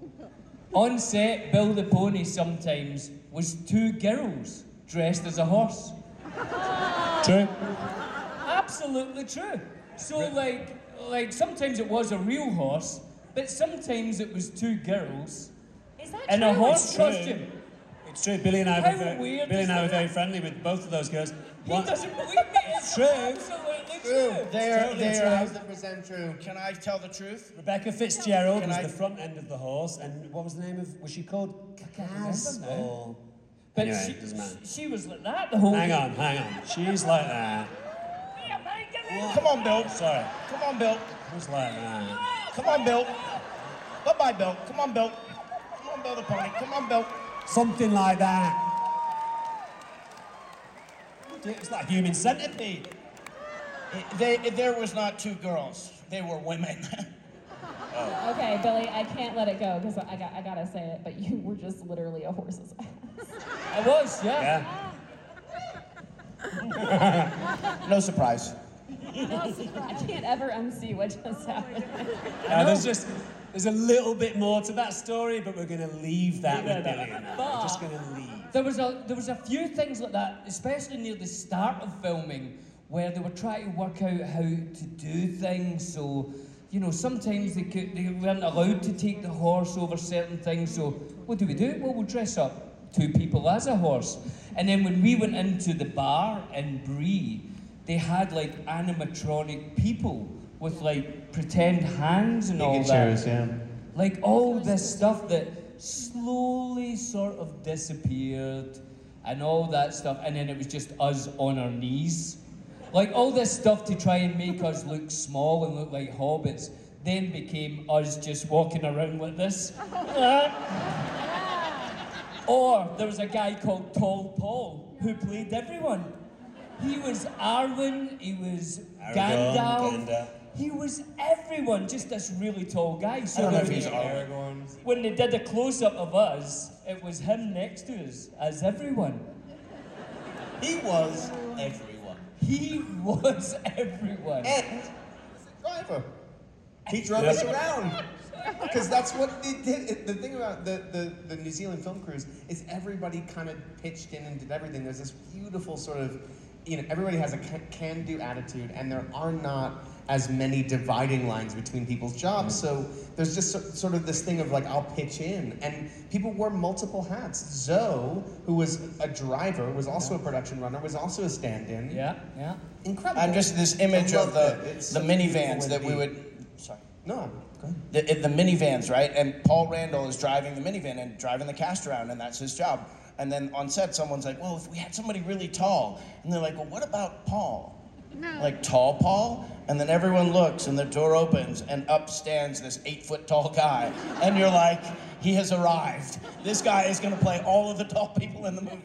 E: On set, Bill the Pony sometimes was two girls dressed as a horse.
F: True.
E: Absolutely true. So like like sometimes it was a real horse, but sometimes it was two girls
B: Is that
E: in
B: true?
E: a horse
F: true.
E: costume.
F: It's true. Billy and I
E: How
F: were very,
E: weird
F: Billy
E: is
F: and I were
E: that?
F: very friendly with both of those girls.
E: He
F: One-
E: doesn't believe me. It's
F: True.
E: Absolutely true.
C: There,
F: Totally
C: there.
F: true.
C: percent true. Can I tell the truth?
F: Rebecca Fitzgerald
C: Can
F: was
C: I-
F: the front end of the horse, and what was the name of? Was she called Kaz?
E: remember now.
F: Or...
E: But
F: anyway,
E: she,
F: doesn't matter.
E: she was like that the whole
F: Hang
E: day.
F: on, hang on. She's like that.
C: Come on, Bill.
F: Sorry,
C: Come on, Bill.
F: she's like that.
C: Come on, Bill. Bye bye, Bill. Come on, Bill. Come on, Bill the Pony. Come on, Bill.
F: Something like that. It's like human centipede.
C: They, there was not two girls. They were women. [LAUGHS]
B: Okay, Billy, I can't let it go because I got I gotta say it, but you were just literally a horse's ass.
E: I was, yeah.
F: Yeah.
C: no surprise.
B: I can't ever unsee what just happened.
F: No, there's just There's a little bit more to that story, but we're going to leave that with Billy and I. We're
E: But-
F: just going to leave.
E: There was a there was a few things like that, especially near the start of filming, where they were trying to work out how to do things. So, you know, sometimes they could, they weren't allowed to take the horse over certain things. So, what do we do? Well, we'll dress up two people as a horse, and then when we went into the bar in Bree, they had like animatronic people with like pretend hands and all
N: Naked
E: that.
N: shows, yeah.
E: Like all this stuff that slowly sort of disappeared and all that stuff, and then it was just us on our knees. Like all this stuff to try and make us look small and look like hobbits then became us just walking around like this. [LAUGHS] or there was a guy called Tall Paul who played everyone. He was Arwen, he was
F: Aragorn,
E: Gandalf,
F: Gandalf.
E: he was everyone, just this really tall guy. So
C: I don't know if
E: when
C: he's
E: they-
C: Aragorn.
E: When they did a close up of us, it was him next to us as everyone.
C: He was everyone.
E: He [LAUGHS] was everyone.
C: And driver. He drove us around.
N: Because that's what they did. The thing about the, the, the New Zealand film crews is everybody kind of pitched in and did everything. There's this beautiful sort of, you know, everybody has a can do attitude, and there are not as many dividing lines between people's jobs. So there's just so, sort of this thing of like, I'll pitch in. And people wore multiple hats. Zoe, who was a driver, was also a production runner, was also a stand in.
E: Yeah, yeah.
N: Incredible.
C: I'm just this image of the, the minivans
N: minivans
C: that we would. Sorry.
N: No, go ahead.
C: the, the minivans, right? And Paul Randall is driving the minivan and driving the cast around, and that's his job. And then on set, someone's like, "Well, if we had somebody really tall," and they're like, "Well, what about Paul?" Like tall Paul, and then everyone looks, and the door opens, and up stands this eight-foot-tall guy, and you're like, "He has arrived. This guy is going to play all of the tall people in the movie."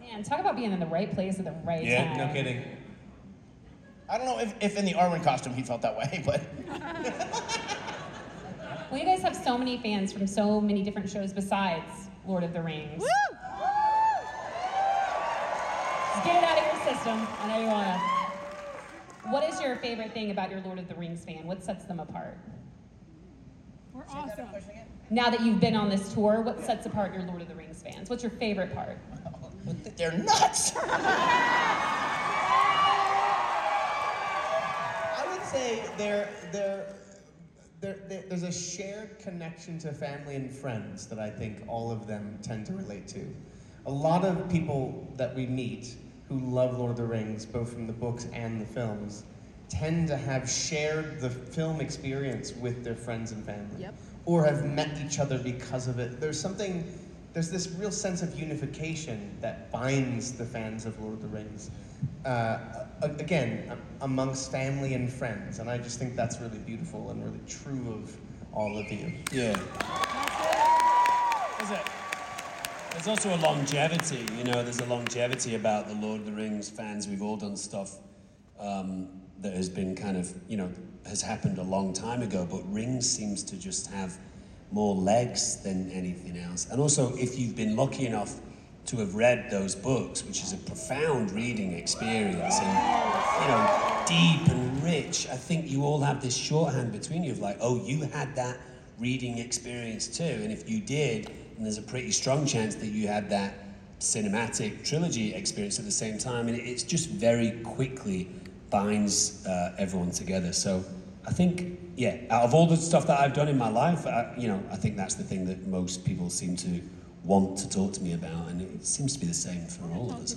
B: Man, talk about being in the right place at the right time.
N: no kidding.
C: I don't know if, if in the Arwen costume he felt that way, [LAUGHS] but
B: Well, you guys have so many fans from so many different shows besides Lord of the Rings. Woo! Get it out of your system. I know you wanna. What is your favorite thing about your Lord of the Rings fan? What sets them apart?
A: We're awesome.
B: Now that you've been on this tour, what sets apart your Lord of the Rings fans? What's your favorite part?
C: they're nuts.
N: [LAUGHS] I would say there, there, there, there, there's a shared connection to family and friends that I think all of them tend to relate to. A lot of people that we meet who love Lord of the Rings, both from the books and the films, tend to have shared the film experience with their friends and family,
A: Yep.
N: or have met each other because of it. There's something, there's this real sense of unification that binds the fans of Lord of the Rings uh, a- again, a- amongst family and friends. And I just think that's really beautiful and really true of all of you.
F: Yeah. There's, a, there's also a longevity, you know, there's a longevity about the Lord of the Rings fans. We've all done stuff um, that has been kind of, you know, has happened a long time ago, but Rings seems to just have more legs than anything else. And also, if you've been lucky enough to have read those books, which is a profound reading experience, and, you know, deep and rich, I think you all have this shorthand between you of like, oh, you had that reading experience too. And if you did, and there's a pretty strong chance that you had that cinematic trilogy experience at the same time, and it's just very quickly binds uh, everyone together. So I think, yeah, out of all the stuff that I've done in my life, I, you know, I think that's the thing that most people seem to want to talk to me about, and it seems to be the same for all of us.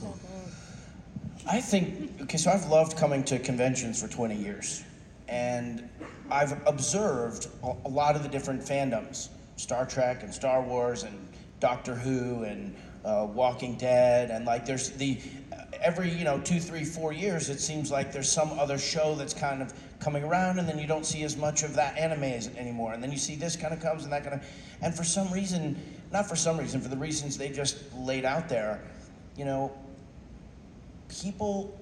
C: I think okay, so I've loved coming to conventions for 20 years, and I've observed a, a lot of the different fandoms: Star Trek and Star Wars and Doctor Who and uh, Walking Dead, and like there's the every you know two, three, four years it seems like there's some other show that's kind of coming around, and then you don't see as much of that anime as, anymore, and then you see this kind of comes and that kind of, and for some reason, not for some reason, for the reasons they just laid out there, you know, people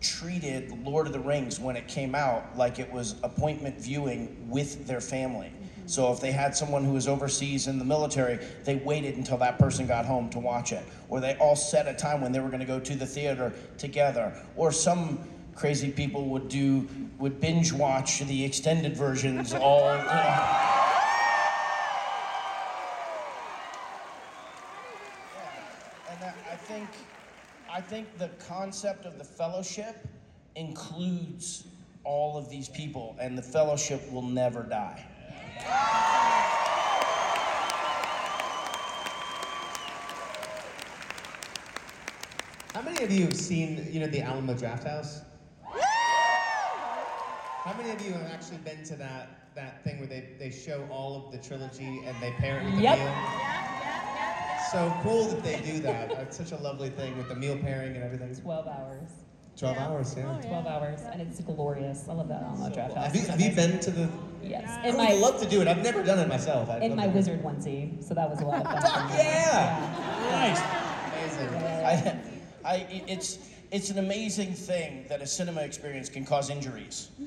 C: treated Lord of the Rings when it came out like it was appointment viewing with their family. So if they had someone who was overseas in the military, they waited until that person got home to watch it. Or they all set a time when they were going to go to the theater together. Or some crazy people would do would binge watch the extended versions all you know. that I think, I think the concept of the fellowship includes all of these people, and the fellowship will never die.
N: How many of you have seen, you know, the Alamo Draft House? How many of you have actually been to that that thing where they, they show all of the trilogy and they pair it with a
B: Yep.
N: meal? So cool that they do that. It's such a lovely thing with the meal pairing and everything.
B: 12 hours.
N: 12 hours, yeah.
B: 12 hours, and it's glorious. I love that Alamo Draft House.
N: Have you, have you been to the?
B: Yes.
N: I
B: In
N: would
B: my-
N: love to do it. I've never done it myself. I'd
B: in
N: love
B: my
N: to do it.
B: wizard onesie, so that was a lot of
N: [LAUGHS]
B: fun. for me.
C: Amazing. I, I, it's, it's an amazing thing that a cinema experience can cause injuries. [LAUGHS]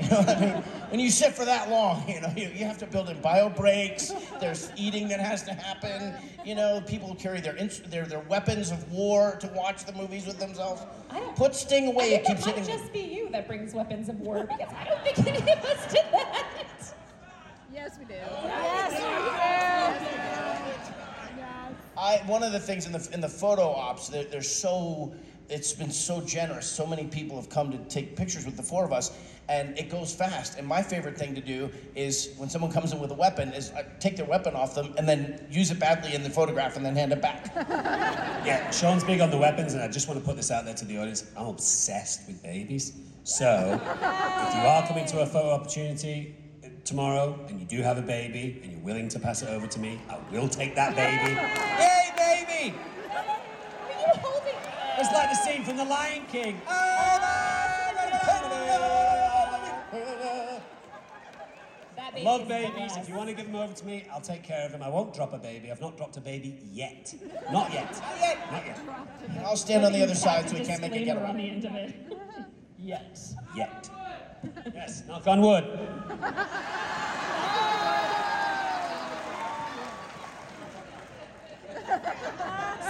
C: You know what I mean? When you sit for that long, you know, you, you have to build in bio breaks. There's eating that has to happen. You know, people carry their ins- their their weapons of war to watch the movies with themselves. Put Sting
B: I
C: away.
B: think
C: It keeps
B: it might
C: hitting. me.
B: just be you that brings weapons of war because I don't think any of us did that. [LAUGHS]
A: Yes, we do.
B: Yes,
A: we do. Yes.
C: I one of the things in the in the photo ops, they're, they're so it's been so generous. So many people have come to take pictures with the four of us, and it goes fast. And my favorite thing to do is when someone comes in with a weapon, is I take their weapon off them and then use it badly in the photograph and then hand it back.
F: Yeah, Sean's big on the weapons, and I just want to put this out there to the audience. I'm obsessed with babies. So, if you are coming to a photo opportunity uh, tomorrow and you do have a baby and you're willing to pass it over to me, I will take that baby. Yay, baby! It's like the scene from The Lion King. Oh,
B: That
F: I
B: baby
F: love
B: is the
F: babies. If
B: best.
F: you want to give them over to me, I'll take care of them. I won't drop a baby. I've not dropped a baby yet. Not yet. Not yet. Not yet.
C: I'll stand on the other side so we can't make it
B: Disclaimer on
C: getaway.
B: the end of it. Yes.
F: Yet. Yes. Knock on wood.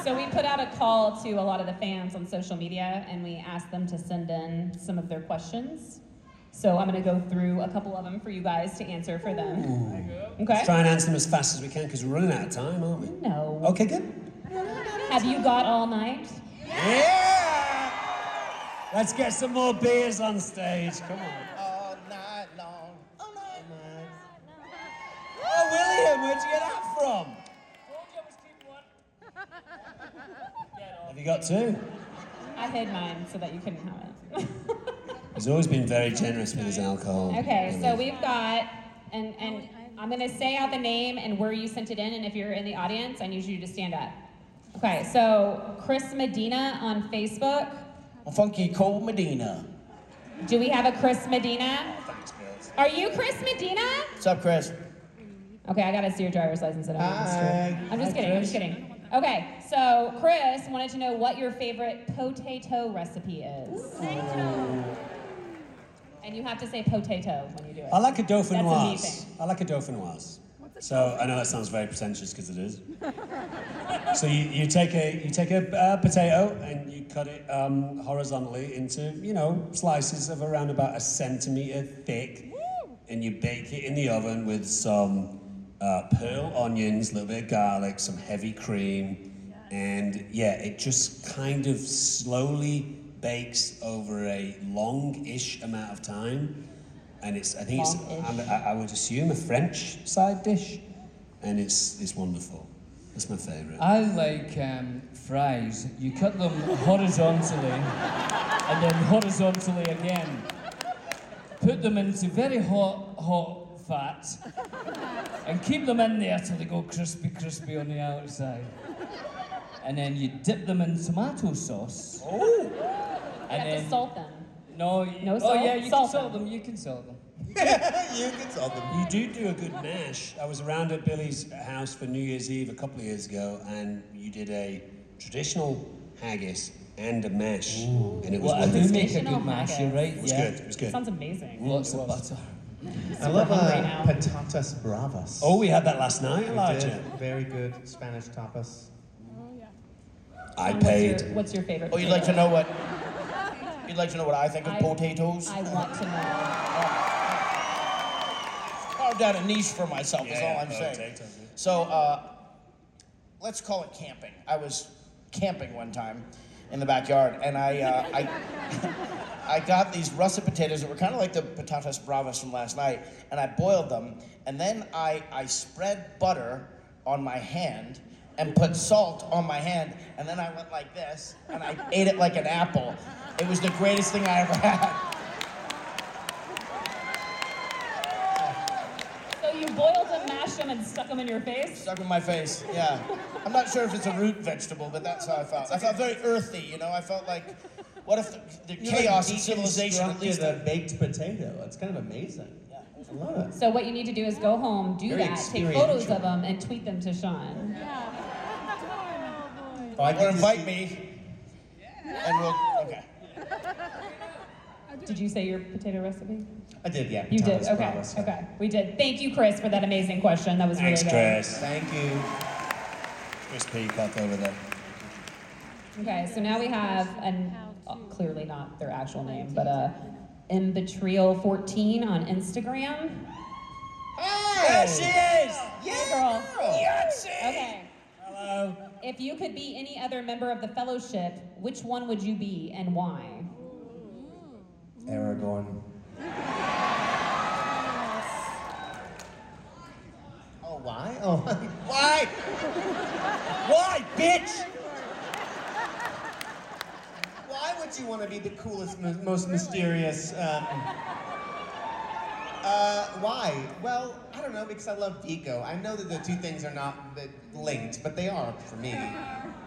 B: So we put out a call to a lot of the fans on social media, and we asked them to send in some of their questions. So I'm going to go through a couple of them for you guys to answer for them. Okay.
F: Let's try and answer them as fast as we can because we're running out of time, aren't we?
B: No.
F: Okay, good.
B: Have you got all night?
F: Let's get some more beers on stage. Come on.
C: All night long. All night long.
F: Oh, William, where'd you get that from? Have you got two?
B: I hid mine so that you couldn't have it. [LAUGHS]
F: He's always been very generous with his alcohol.
B: Okay, so we've got, and, and I'm gonna say out the name and where you sent it in, and if you're in the audience, I need you to stand up. Okay, so Chris Medina on Facebook.
C: Funky Cole Medina.
B: Do we have a Chris Medina?
F: Thanks, girls.
B: Are you Chris Medina?
C: What's up, Chris?
B: Okay, I gotta see your driver's license. I don't know if it's true. I'm just kidding, I'm just kidding. Okay, so Chris wanted to know what your favorite potato recipe is. And you have to say potato when you do it.
F: I like a
B: That's
F: Dauphinoise.
B: a me thing.
F: I like a Dauphinoise. So I know that sounds very pretentious because it is. so you, you take a you take a uh, potato and you cut it um, horizontally into you know slices of around about a centimeter thick, and you bake it in the oven with some uh, pearl onions, a little bit of garlic, some heavy cream, and yeah, it just kind of slowly bakes over a long-ish amount of time, and it's I think it's I'm, I, I would assume a French side dish, and it's it's wonderful. That's my favourite.
E: I like um, fries. You cut them horizontally and then horizontally again. Put them into very hot, hot fat and keep them in there till they go crispy, crispy on the outside. And then you dip them in tomato sauce. Oh!
B: You
E: And
B: have to
E: then,
B: salt them.
E: no, you-
B: No
E: oh
B: salt?
E: yeah, you
B: Salt
E: can
B: them.
E: salt them. You can salt them.
N: you can tell them.
F: You do do a good mash. I was around at Billy's house for New Year's Eve a couple of years ago, and you did a traditional haggis and a mash, and it was
E: Well, I do
F: wonderful.
E: make a
B: Sensational
E: good mash, you're
B: haggis.
E: right?
F: It was
E: yeah.
F: good. It was good.
B: Sounds amazing.
E: Lots of butter.
N: I love uh,
B: hungry now.
N: patatas bravas.
F: Oh, we had that last night,
N: We
F: Elijah.
N: did. Very good Spanish tapas.
F: I
B: What's your-
F: paid.
B: What's your favorite?
C: Oh, you'd like to
B: potato?
C: know what? You'd like to know what I think of
B: I-
C: potatoes?
B: I want to know.
C: carved out a niche for myself. is all I'm saying. So uh, let's call it camping. I was camping one time in the backyard, and I, [LAUGHS] uh, I, I got these russet potatoes that were kind of like the patatas bravas from last night, and I boiled them, and then I, I spread butter on my hand and put salt on my hand, and then I went like this, and I ate it like an apple. It was the greatest thing I ever [LAUGHS] had.
B: So you boiled them, mashed them, and stuck them in your face?
C: Stuck in my face, yeah. I'm not sure if it's a root vegetable, but that's how I felt. I felt very earthy, you know? I felt like, what if the, the
Q: You're like
C: chaos of civilization at
Q: deconstructed
C: least...
Q: a baked potato. It's kind of amazing. I love it.
B: So what you need to do is go home, do
Q: Very
B: that, take
Q: experiential.
B: photos of them, and tweet them to Sean.
C: or invite me. And we'll, okay.
B: Did you say your potato recipe?
Q: I did, yeah.
B: You did.
Q: Thomas
B: Okay.
Q: Bravas, yeah.
B: Okay. We did. Thank you, Chris, for that amazing question. That was
R: Thanks,
B: really good.
R: Chris.
Q: Thank you.
F: Chris Peacock over there.
B: Okay. So now we have an uh, clearly not their actual name, but uh, Imbetriel14 on Instagram.
C: There she is!
B: Hey, girl.
C: Yahtzee!
B: Okay.
F: Hello.
B: If you could be any other member of the fellowship, which one would you be and why?
Q: Aragorn. Oh, why? [LAUGHS] Oh,
C: Why? Why, bitch?
Q: why would you want to be the coolest, mo- most mysterious? Um, uh, why? Well, I don't know because I love Vigo. I know that the two things are not that linked, but they are for me.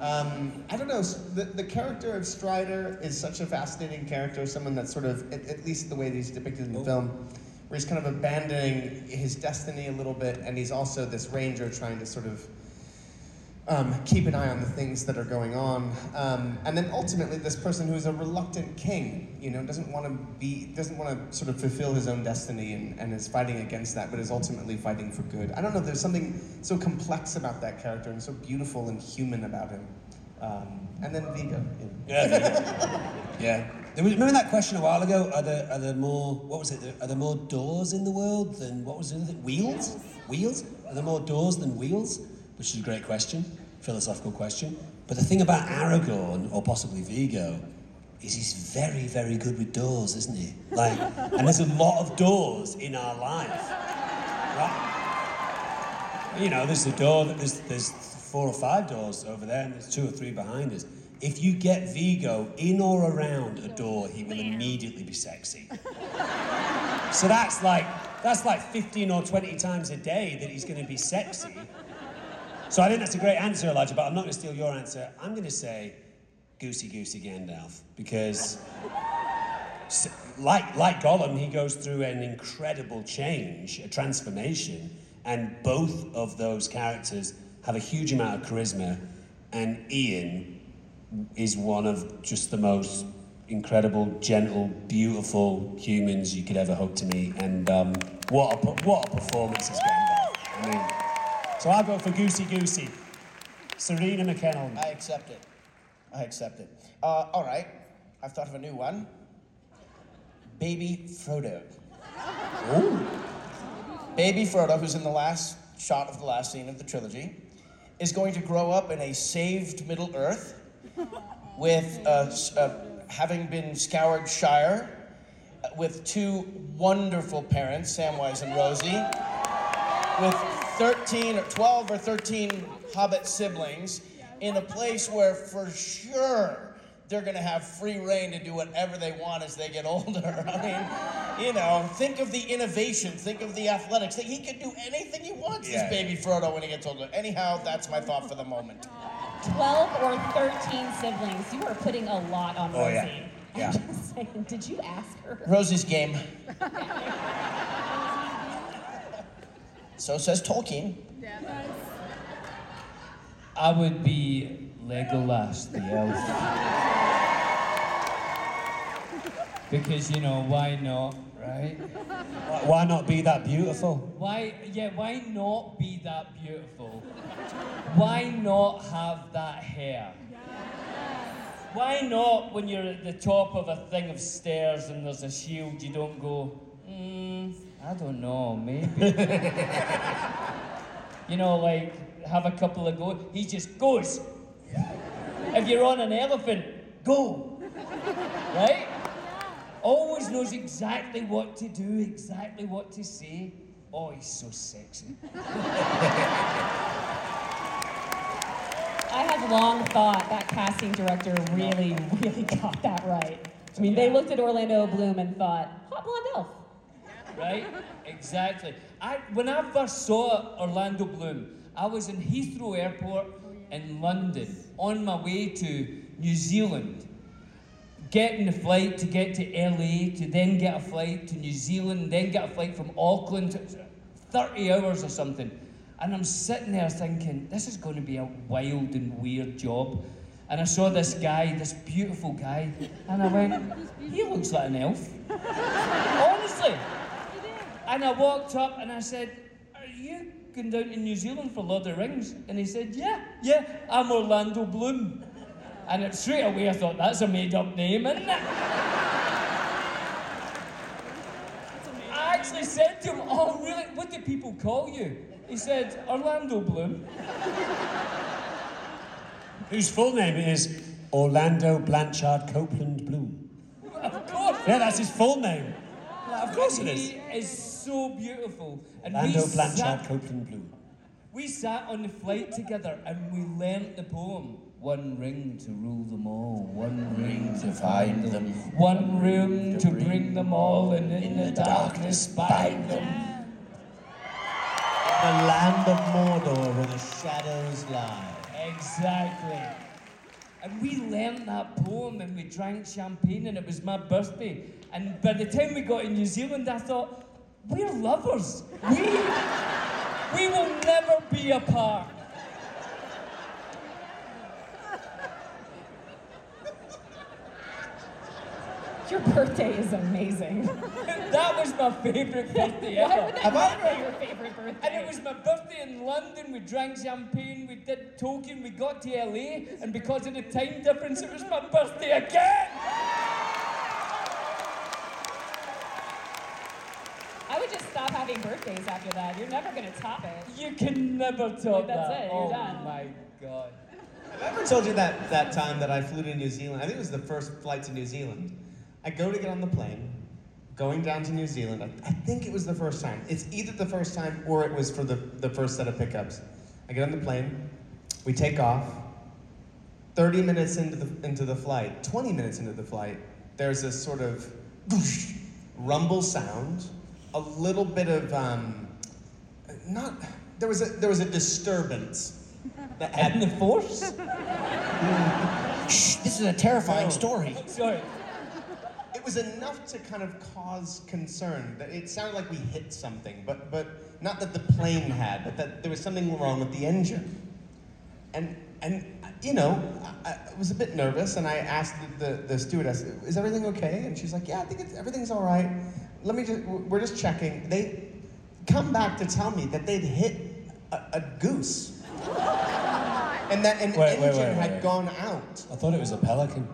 Q: Um, I don't know. s- The, the character of Strider is such a fascinating character. Someone that's sort of, at, at least the way that he's depicted in the film, where he's kind of abandoning his destiny a little bit, and he's also this ranger trying to sort of um, keep an eye on the things that are going on. Um, and then ultimately, this person who is a reluctant king, you know, doesn't want to be, doesn't want to sort of fulfill his own destiny and, and is fighting against that, but is ultimately fighting for good. I don't know, there's something so complex about that character and so beautiful and human about him. Um, and then Vigo. You know.
R: Yeah. yeah.
F: There was- Remember that question a while ago? Are there are there more? What was it? Are there more doors in the world than what was the other thing? Wheels? Wheels? Are there more doors than wheels? Which is a great question, philosophical question. But the thing about Aragorn or possibly Vigo is he's very very good with doors, isn't he? Like, and there's a lot of doors in our life. Right? You know, there's a door. that- There's there's four or five doors over there, and there's two or three behind us. If you get Vigo in or around a door, he will immediately be sexy. [LAUGHS] So that's like that's like 15 or 20 times a day that he's going to be sexy. So I think that's a great answer, Elijah. But I'm not going to steal your answer. I'm going to say, Goosey Goosey Gandalf, because s- like like Gollum, he goes through an incredible change, a transformation, and both of those characters have a huge amount of charisma. And Ian is one of just the most incredible, gentle, beautiful humans you could ever hope to meet. And um, what a per- what a performance is Gandalf. I mean, so I go for Goosey Goosey, Serena McKellen.
C: I accept it. I accept it. Uh, all right. I've thought of a new one. Baby Frodo. Baby Frodo, who's in the last shot of the last scene of the trilogy, is going to grow up in a saved Middle Earth with uh, s- uh, having been scoured Shire uh, with two wonderful parents, Samwise and Rosie with 13 or 12 or 13 hobbit siblings in a place where for sure they're going to have free reign to do whatever they want as they get [LAUGHS] older. I mean, you know, think of the innovation, think of the athletics. He can do anything he wants,
R: Yeah.
C: this baby Frodo, when he gets older. Anyhow, that's my thought for the moment.
B: 12 or 13 siblings. You are putting a lot on
R: Oh,
B: Rosie.
R: yeah. Yeah.
B: I'm just saying, Did you ask her?
C: Rosie's game. so says Tolkien.
E: I would be Legolas the
F: [LAUGHS]
E: elf. because, you know, why not, right?
F: Why not be that beautiful?
E: Why, yeah, why not be that beautiful? Why not have that hair? Why not, when you're at the top of a thing of stairs and there's a shield, you don't go, mm, I don't know, maybe. [LAUGHS] you know, like, have a couple of go. He just goes. if you're on an elephant, go. Right? Always knows exactly what to do, exactly what to say. Oh, he's so sexy.
B: I have long thought that casting director really, really [LAUGHS] got that right. I mean, they looked at Orlando Bloom and thought, hot blonde elf.
E: right? Exactly.
B: I
E: when I first saw Orlando Bloom, I was in Heathrow Airport in London on my way to New Zealand, getting a flight to get to LA, to then get a flight to New Zealand, then get a flight from Auckland, to 30 hours or something. And I'm sitting there thinking, this is going to be a wild and weird job. And I saw this guy, this beautiful guy, and I went, he looks like an elf. [LAUGHS] Honestly. And I walked up and I said, Are you going down to New Zealand for Lord of the Rings? And he said, Yeah, yeah, I'm Orlando Bloom. And it, straight away I thought, That's a made up name, isn't it? I actually said to him, Oh, really? What do people call you? He said, Orlando Bloom.
S: Whose full name is Orlando Blanchard Copeland Bloom.
E: of course.
S: Yeah, that's his full name.
E: Of
S: course it is.
E: He is so beautiful. And
S: Orlando
E: we
S: Blanchard
E: sat,
S: Copeland Bloom.
E: we sat on the flight together and we learnt the poem. One ring to rule them all, one ring to find them, one room to bring them all, and in the darkness bind them.
F: The land of Mordor where the shadows lie.
E: Exactly. And we learnt that poem and we drank champagne and it was my birthday. And by the time we got in New Zealand, I thought, we're lovers. We, we will never be apart. [LAUGHS]
B: Your birthday is amazing. [LAUGHS]
E: that was my favorite birthday ever.
B: Why would that Have I not be ever- your favorite birthday?
E: And it was my birthday in London. We drank champagne, we did talking, we got to LA, and because of the time difference, it was my birthday again.
B: I would just stop having birthdays after that. You're never going to top it.
E: You can never top
B: That's
E: that.
B: it, you're
E: oh
B: done.
E: my god.
F: I ever told you that that time that I flew to New Zealand? I think it was the first flight to New Zealand. I go to get on the plane, going down to New Zealand. I, I think it was the first time. It's either the first time or it was for the, the first set of pickups. I get on the plane, we take off. 30 minutes into the, into the flight, 20 minutes into the flight, there's this sort of rumble sound, a little bit of um, not there was a there was a disturbance that had
E: the
F: [LAUGHS]
E: force.
C: Shh, this is a terrifying
F: No.
C: story.
E: Sorry.
F: It was enough to kind of cause concern that it sounded like we hit something, but but not that the plane had, but that there was something wrong with the engine. And and you know, I, I was a bit nervous, and I asked the, the, the stewardess, "Is everything okay?" And she's like, "Yeah, I think it's, everything's all right. Let me just we're just checking." They come back to tell me that they'd hit a, a goose, and that an
S: Wait, wait,
F: engine
S: wait, wait,
F: had
S: wait.
F: gone out.
S: I thought it was a pelican.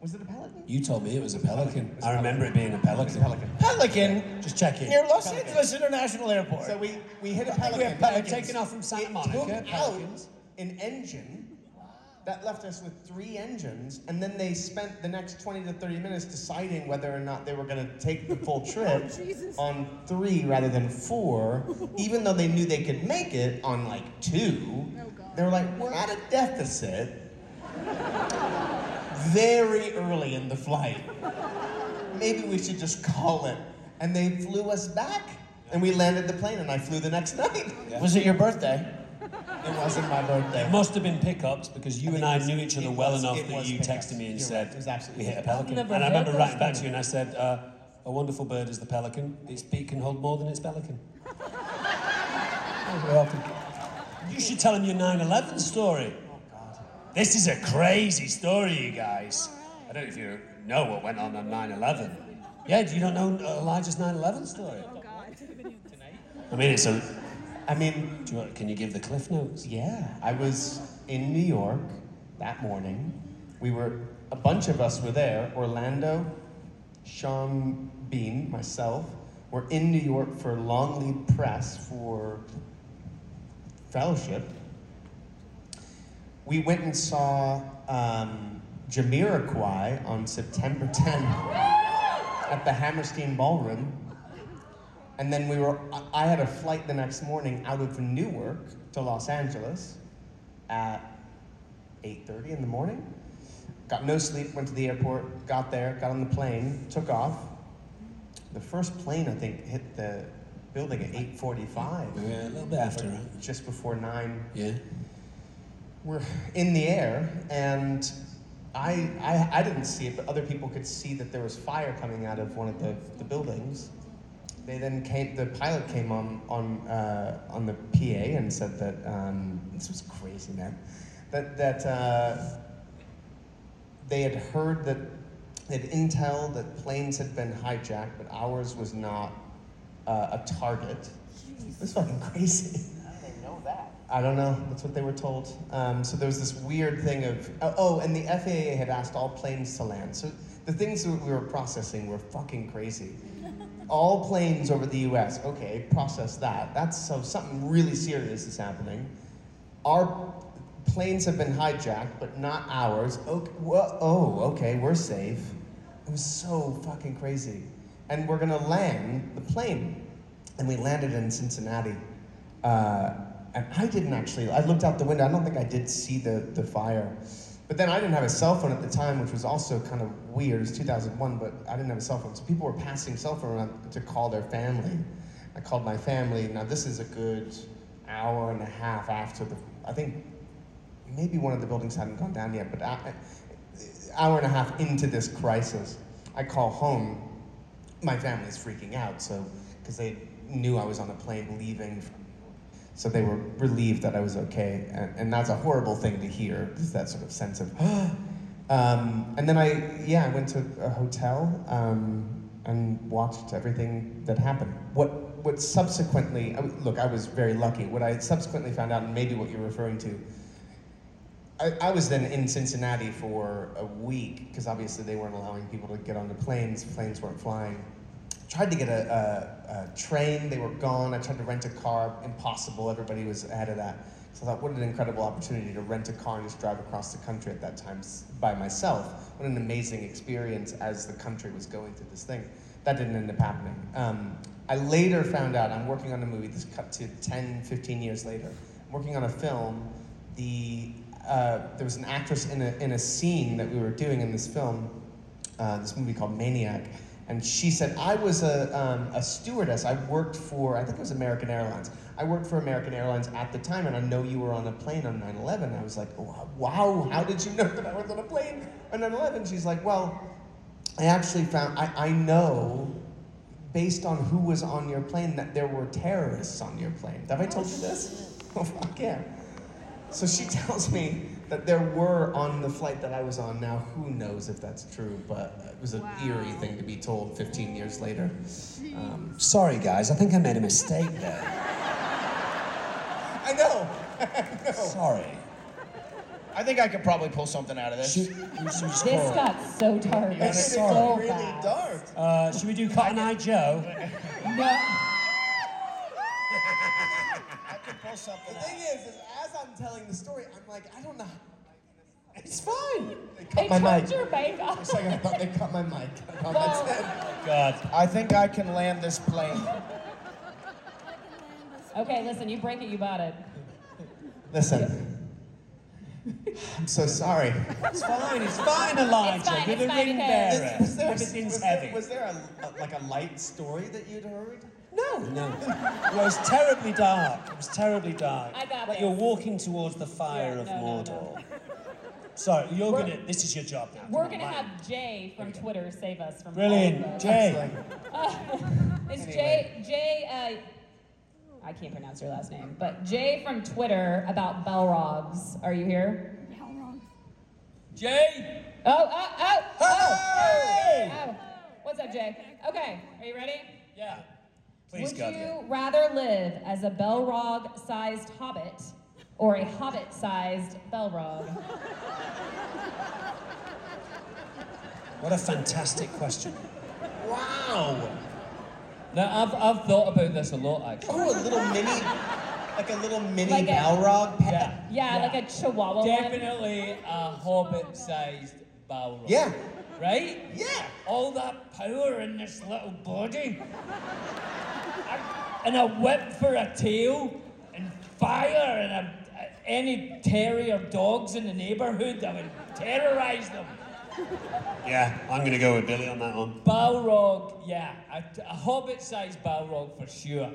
F: Was it a pelican?
S: You told me it was a pelican. I remember it being a pelican.
F: pelican.
C: Pelican
S: Just checking.
C: near Los Angeles International Airport.
F: So we, we hit a
C: I think we
F: pelican.
C: have pelicans. Taking
S: off from Santa
F: it
S: Monica,
F: Took
S: pelicans.
F: out an engine that left us with three engines, and then they spent the next 20 to 30 minutes deciding whether or not they were going to take
S: [LAUGHS]
F: the full
S: Oh,
F: trip on three rather than four, even though they knew they could make it on like two.
S: Oh,
F: they were like, we're at a deficit very early in the flight maybe we should just call it. And they flew us back, and we landed the plane, and I flew the next [LAUGHS] night.
C: Was it your birthday?
F: It wasn't my birthday.
S: It must have been pickups because you and I
F: it was-
S: knew each other
F: it
S: well
F: was-
S: enough
F: it
S: that
F: was
S: you
F: pickups.
S: texted me and
F: You're
S: said,
F: right, it was absolutely
S: We hit a
F: pickups.
S: pelican.
B: Never
S: And I
B: heard
S: remember
B: those
S: writing back to you and I said, uh, A wonderful bird is the pelican. Its beak can hold more than its pelican. You're welcome. You should tell him your 9 11 story. This is a crazy story, you guys. I don't know if you know what went on on 9 11. Yeah, do you not know Elijah's 9 11 story? I mean, it's a.
F: I mean,
S: Do you want, can you give the cliff notes?
F: yeah, I was in New York that morning. We were, a bunch of us were there. Orlando, Sean Bean, myself, were in New York for Longlead Press for fellowship.
C: We went and saw um, Jamiroquai on September 10th at the Hammerstein Ballroom. And then we were, I- I had a flight the next morning out of Newark to Los Angeles at 8.30 in the morning. Got no sleep, went to the airport, got there, got on the plane, took off. The first plane, I think, hit the building at 8.45.
F: Yeah, a little bit after, right?
C: Just before 9.
F: Yeah.
C: We're in the air, and I, I, I didn't see it, but other people could see that there was fire coming out of one of the, the buildings. They then came. The pilot came on on uh, on the PA and said that um, this was crazy, man. That that uh, they had heard that they had intel that planes had been hijacked, but ours was not uh, a target. It was fucking crazy. [LAUGHS]
T: They know that.
C: I don't know. That's what they were told. Um, so there was this weird thing of oh, oh, and the FAA had asked all planes to land. So the things that we were processing were fucking crazy. all planes over the U.S. Okay, process that. That's so something really serious is happening. Our planes have been hijacked, but not ours. Okay, wha- oh, okay, we're safe. It was so fucking crazy, and we're gonna land the plane, and we landed in Cincinnati. Uh, and I didn't actually. I looked out the window. I don't think I did see the, the fire. But then I didn't have a cell phone at the time, which was also kind of weird. It was 2001, but I didn't have a cell phone. So people were passing cell phone around to call their family. I called my family. Now, this is a good hour and a half after the. I think maybe one of the buildings hadn't gone down yet, but a- hour and a half into this crisis, I call home my family's freaking out, so because they knew I was on a plane leaving, from, so they were relieved that I was okay, and, and that's a horrible thing to hear. Is that sort of sense of, [GASPS] um, and then I yeah I went to a hotel um, and watched everything that happened. What what subsequently I- look I was very lucky. What I subsequently found out, and maybe what you're referring to, I, I was then in Cincinnati for a week because obviously they weren't allowing people to get on the planes. Planes weren't flying. Tried to get a, a, a train. They were gone. I tried to rent a car. Impossible. Everybody was ahead of that. So I thought, what an incredible opportunity to rent a car and just drive across the country at that time s- by myself. What an amazing experience as the country was going through this thing. That didn't end up happening. Um, I later found out I'm working on a movie. This cut to 10, 15 years later. I'm working on a film the uh, there was an actress in a, in a scene that we were doing in this film, uh, this movie called Maniac, and she said I was a um, a stewardess. I worked for I think it was American Airlines. I worked for American Airlines at the time, and I know you were on a plane on 9/11. I was like, wow, wow, how did you know that I was on a plane on 9/11? She's like, well, I actually found I, I know. Based on who was on your plane, that there were terrorists on your plane. Have I told you this? [LAUGHS] Oh, fuck yeah. So she [LAUGHS] tells me that there were on the flight that I was on. Now, who knows if that's true, but it was an eerie thing to be told 15 years later. Um,
F: Sorry, guys, I think I made a mistake there.
C: I know.
F: Sorry.
T: I think I could probably pull something out of this.
F: this
B: This got so dark.
F: Yeah, it's
B: so
F: really
B: fast.
T: dark.
F: Uh, should we do Cotton Eye Joe?
B: No.
T: I could pull something
C: The
T: out.
C: thing is, is, as I'm telling the story, I'm like, I don't know.
F: It's fine.
C: They
B: They
C: cut my
B: turned
C: mic.
B: your mic off.
C: [LAUGHS] It's like
B: [LAUGHS]
C: I thought they cut my mic. I thought that's it.
F: God.
T: I think I can land this plane.
B: Okay, listen, you break it, you bought it.
C: Listen. I'm so sorry.
F: It's fine. It's fine, Elijah.
B: It's fine,
F: You're the
B: it's fine,
F: ring
B: it
F: bearer.
B: is.
C: Was there,
F: Everything's
C: was there-
F: heavy.
C: was there a, a- like a light story that you'd heard?
F: No, no. It was terribly dark. It was terribly dark.
B: I
F: Like
B: got this.
F: you're walking towards the fire
B: Yeah,
F: of
B: no, no,
F: Mordor. Sorry, you're gonna. This is your job now.
B: We're
F: Come on,
B: gonna
F: right.
B: have Jay from Twitter save us from all of
F: Brilliant,
B: this.
F: Jay.
B: It's Jay. Jay. Uh, I can't pronounce your last name, but Jay from Twitter about Balrogs. Are you here?
E: Jay!
B: Oh, oh, oh,
F: Hey!
B: oh. What's up, Jay? Okay, are you ready?
E: Yeah.
F: Please,
B: Would
F: God.
B: you
F: yeah.
B: rather live as a Belrog-sized hobbit or a hobbit-sized Belrog?
F: What a fantastic question.
C: Wow.
E: Now, I've, I've thought about this a lot, actually.
C: Oh, a little mini, a
N: Like a little mini
E: Like a-
N: Balrog pet.
B: Yeah, like a chihuahua one.
E: Definitely a hobbit sized Balrog.
N: Yeah.
E: Right?
N: Yeah.
E: All that power in this little body. and a whip for a tail. And fire. And a, any terrier dogs in the neighbourhood, I would terrorise them.
F: Yeah, I'm going to go with Billy on that one.
E: Balrog, yeah. A, a hobbit sized Balrog for sure.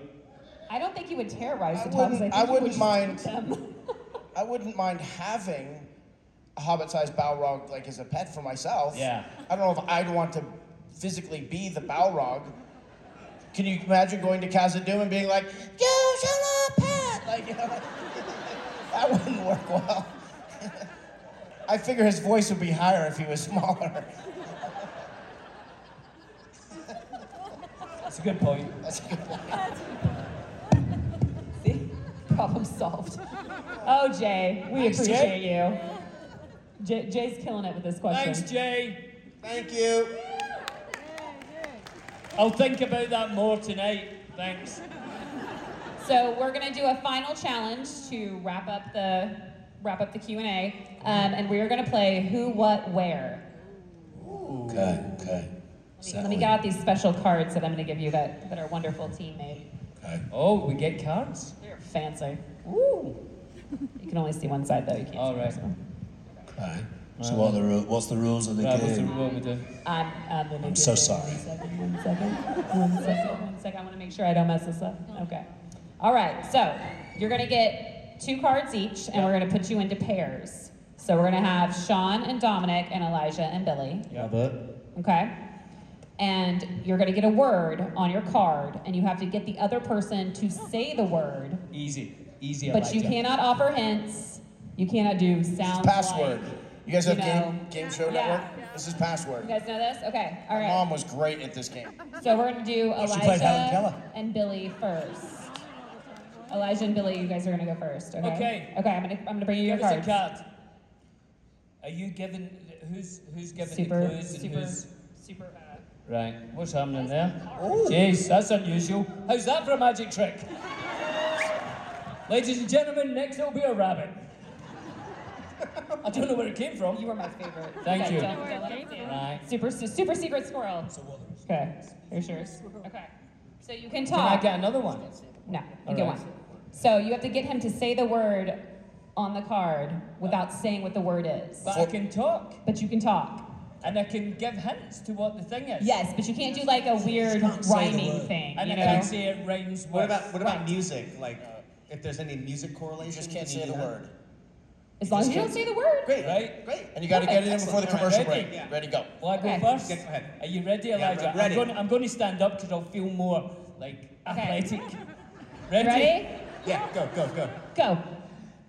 B: I don't think you would terrorize
C: I
B: the Tubbs. I,
C: wouldn't,
B: think
C: I
B: you would
C: wouldn't
B: just
C: mind.
B: eat them.
C: I wouldn't mind having a hobbit-sized Balrog like as a pet for myself.
E: Yeah.
C: I don't know if I'd want to physically be the Balrog. Can you imagine going to Casa Doom and being like, "You shall not pet," like you know, [LAUGHS] that wouldn't work well. [LAUGHS] I figure his voice would be higher if he was [LAUGHS] smaller.
E: That's a good point.
C: That's a good point.
B: See? [LAUGHS] Problem solved. Oh, Jay, we
E: Thanks,
B: appreciate you. Jay, Jay's killing it with this question.
E: Thanks, Jay.
C: Thank you.
E: I'll think about that more tonight. Thanks.
B: So we're gonna do a final challenge to wrap up the wrap up the Q and A, um, and we are gonna play Who, What, Where.
F: Okay, okay.
B: Let me get out these special cards that I'm gonna give you that that our wonderful team made.
F: Okay.
E: Oh, we get cards.
B: They're fancy.
E: Ooh.
B: You can only see one side though. You can't.
E: All
B: see
E: right.
B: this one.
F: okay. So what are the ru- what's the rules of the
E: Right, what's the,
F: game?
E: what we do?
B: I'm, I'm, gonna
F: I'm
B: do
F: so
B: it.
F: sorry.
B: One second, one second, one second, one second. I want to make sure I don't mess this up. Okay. All right. So you're going to get two cards each, and we're going to put you into pairs. So we're going to have Sean and Dominic and Elijah and Billy.
N: Yeah, but
B: Okay. And you're going to get a word on your card, and you have to get the other person to say the word,
E: Easy. Easy.
B: but you
E: Elijah.
B: cannot offer hints. You cannot do sounds.
C: Password.
B: like-
C: You guys have
B: you know.
C: game game show
B: Yeah.
C: network. This is password.
B: You guys know this? Okay. All
C: My
B: right.
C: Mom was great at this game.
B: So we're gonna
F: she
B: do
F: played Helen
B: Elijah
F: Keller.
B: and Billy first. Elijah and Billy, you guys are gonna go first. Okay.
E: Okay.
B: Okay. I'm gonna I'm gonna bring you your
E: Give
B: cards.
E: us a card. Are you giving? Who's who's giving the
B: Super.
E: clues and
B: Super.
E: who's?
B: Super. Uh,
E: Right. What's happening there? Jeez, that's unusual. How's that for a magic trick? Ladies and gentlemen, next it'll be a rabbit. I don't know where it came from.
B: you were my favorite.
E: Thank
B: Okay,
E: you.
B: don't- don't let it stand.
E: Right.
B: Super su- super secret squirrel. Okay. Here's yours. Okay. So you can
E: Can I
B: talk.
E: get another one?
B: no, you
E: All
B: get
E: right.
B: one. So you have to get him to say the word on the card without saying what the word is.
E: But I can talk,
B: But you can talk.
E: and I can give hints to what the thing is.
B: Yes, but you can't do like a weird
F: can't say the
B: rhyming
F: word.
B: thing.
E: And
B: you
E: I
B: know?
E: can say it rhymes with.
N: what about what about music? Like, if there's any music correlation,
C: You just can't
N: can you
C: say
N: do
C: the
N: that?
C: word.
B: As long as you don't say the word.
C: Great,
E: Right?
C: Great. And you got to get it in before the
N: Excellent.
C: commercial
E: Ready?
C: break. Ready, go.
E: Well, I go
B: Okay.
E: first.
N: Yeah, go ahead.
E: Are you ready,
N: Yeah,
E: Elijah?
N: I'm ready.
E: I'm, going, I'm going to stand up because I'll feel more like
B: [LAUGHS]
E: athletic. Ready?
B: Ready?
N: Yeah, go go go.
B: Go.